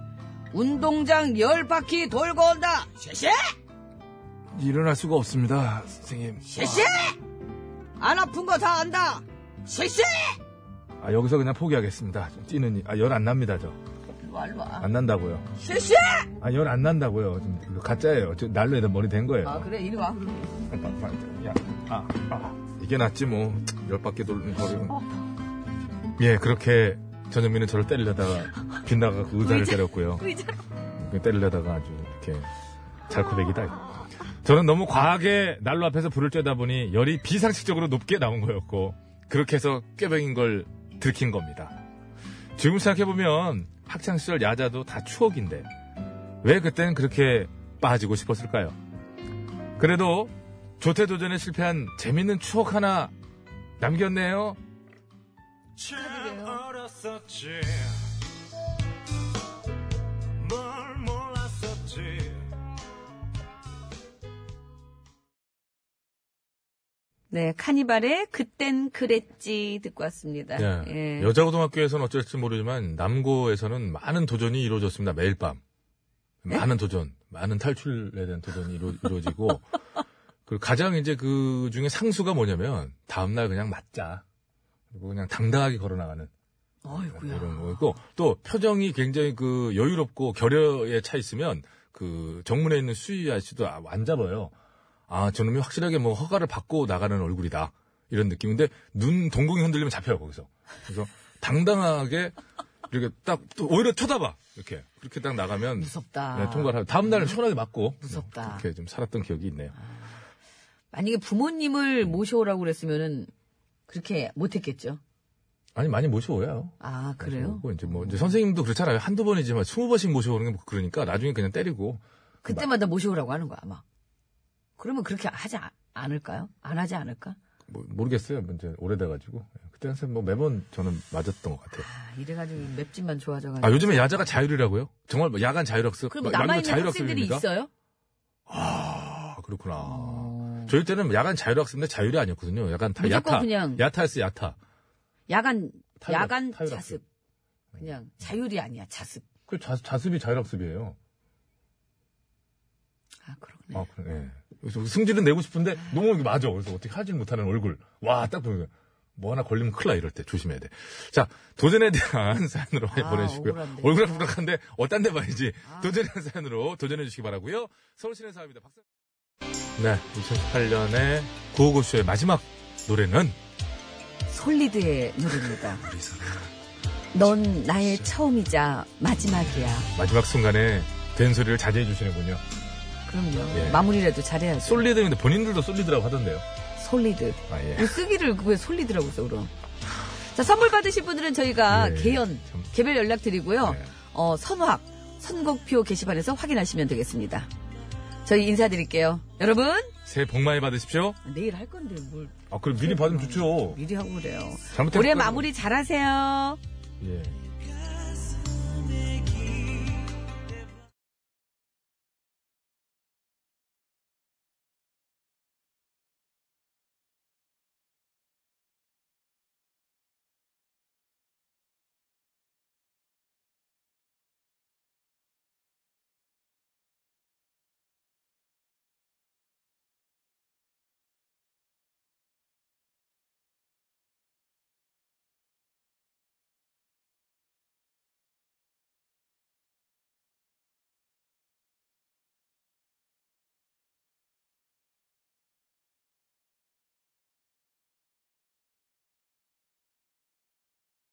운동장 열 바퀴 돌고 온다. 쉐쉐!
일어날 수가 없습니다. 선생님.
쉐쉐! 안 아픈 거 다 안다. 쉐쉐!
아, 여기서 그냥 포기하겠습니다. 좀 뛰는 일- 아, 열 안 납니다, 저. 안 난다고요.
쉐쉐!
아, 열 안 난다고요. 좀 이거 가짜예요. 저 날로에다 머리 된 거예요.
아, 그래, 이리 와.
야, 아, 아. 이게 낫지 뭐. 열 바퀴 돌는 거리고. 예, 그렇게 전현민은 저를 때리려다가 빗나가 그 의자를 때렸고요. 때리려다가 아주 이렇게 잘코백이다. 이거. 저는 너무 과하게 난로 앞에서 불을 쬐다 보니 열이 비상식적으로 높게 나온 거였고 그렇게 해서 꾀병인 걸 들킨 겁니다. 지금 생각해보면 학창시절 야자도 다 추억인데 왜 그땐 그렇게 빠지고 싶었을까요? 그래도 조퇴 도전에 실패한 재밌는 추억 하나 남겼네요.
참 어렸었지 뭘 몰랐었지
네, 카니발의 그땐 그랬지 듣고 왔습니다.
예. 여자고등학교에서는 어쩔지 모르지만 남고에서는 많은 도전이 이루어졌습니다. 매일 밤.
네?
많은 도전, 많은 탈출에 대한 도전이 이루, 어지 고 그리고 가장 이제 그 중에 상수가 뭐냐면 다음날 그냥 맞자. 그리고 그냥 당당하게 걸어나가는
어이구야.
네. 이런 거고 또 표정이 굉장히 그 여유롭고 결여에 차 있으면 그 정문에 있는 수위 아저씨도 아- 안 잡아요. 아 저놈이 확실하게 뭐 허가를 받고 나가는 얼굴이다 이런 느낌인데 눈 동공이 흔들리면 잡혀요 거기서. 그래서 당당하게 이렇게 딱 또 오히려 쳐다봐 이렇게 그렇게 딱 나가면
무섭다.
네, 통과를 하고 다음 날 시원하게 맞고
무섭다.
네, 그렇게 좀 살았던 기억이 있네요.
만약에 부모님을 모셔오라고 그랬으면은 그렇게 못했겠죠.
아니 많이 모셔오요.
아 그래요?
모셔오고 이제 뭐 이제 선생님도 그렇잖아요. 한두 번이지만 스무 번씩 모셔오는 게 그러니까 나중에 그냥 때리고
그때마다 모셔오라고 하는 거야 아마. 그러면 그렇게 하지 아- 않을까요? 안 하지 않을까?
뭐, 모르겠어요. 이제 오래돼가지고 그때 항상 뭐 매번 저는 맞았던 것 같아요.
아, 이래가지고 맵집만 좋아져가지고.
아 요즘에 야자가 자율이라고요? 정말 뭐 야간 자율학습?
그럼
막 양도
남아있는 학생들이
자율학습입니까?
있어요?
아 그렇구나. 저희 때는 야간 자율학습인데 자율이 아니었거든요. 약간 다
무조건
야타.
그냥-
야타였어요, 야타.
야간
타율학-
야간
타율학습.
자습. 그냥 자율이 아니야 자습.
그 자, 자습이 자율학습이에요.
아 그렇군.
아, 그래. 예. 그래서 승질은 내고 싶은데 너무 이게 맞아. 그래서 어떻게 하질 못하는 얼굴. 와, 딱 보면 뭐 하나 걸리면 큰일 나 이럴 때 조심해야 돼. 자, 도전에 대한 사연으로 많이
아,
보내주시고요.
억울한데. 아.
얼굴락불락한데 어떤 데 봐야지. 도전에 대한 사연으로 도전해 주시기 바라고요. 서울시내 사업입니다. 박사. 네, 2008년에 구호고쇼의 마지막 노래는
솔리드의 노래입니다.
우리 사랑.
넌 나의 처음이자 마지막이야.
마지막 순간에 된 소리를 자제해 주시는군요.
그럼요.
예.
마무리라도 잘해야죠.
솔리드인데 본인들도 솔리드라고 하던데요.
솔리드.
아, 예.
이 쓰기를 왜 솔리드라고 써 그럼. 자 선물 받으실 분들은 저희가
예,
개연
참. 예.
개별 연락 드리고요. 어, 선확 선곡표 게시판에서 확인하시면 되겠습니다. 저희 인사드릴게요. 여러분
새해 복 많이 받으십시오.
내일 할 건데 뭘
아, 그럼 미리 받으면 좋죠.
미리 하고 그래요.
잘못했어요.
올해 마무리 잘하세요.
예.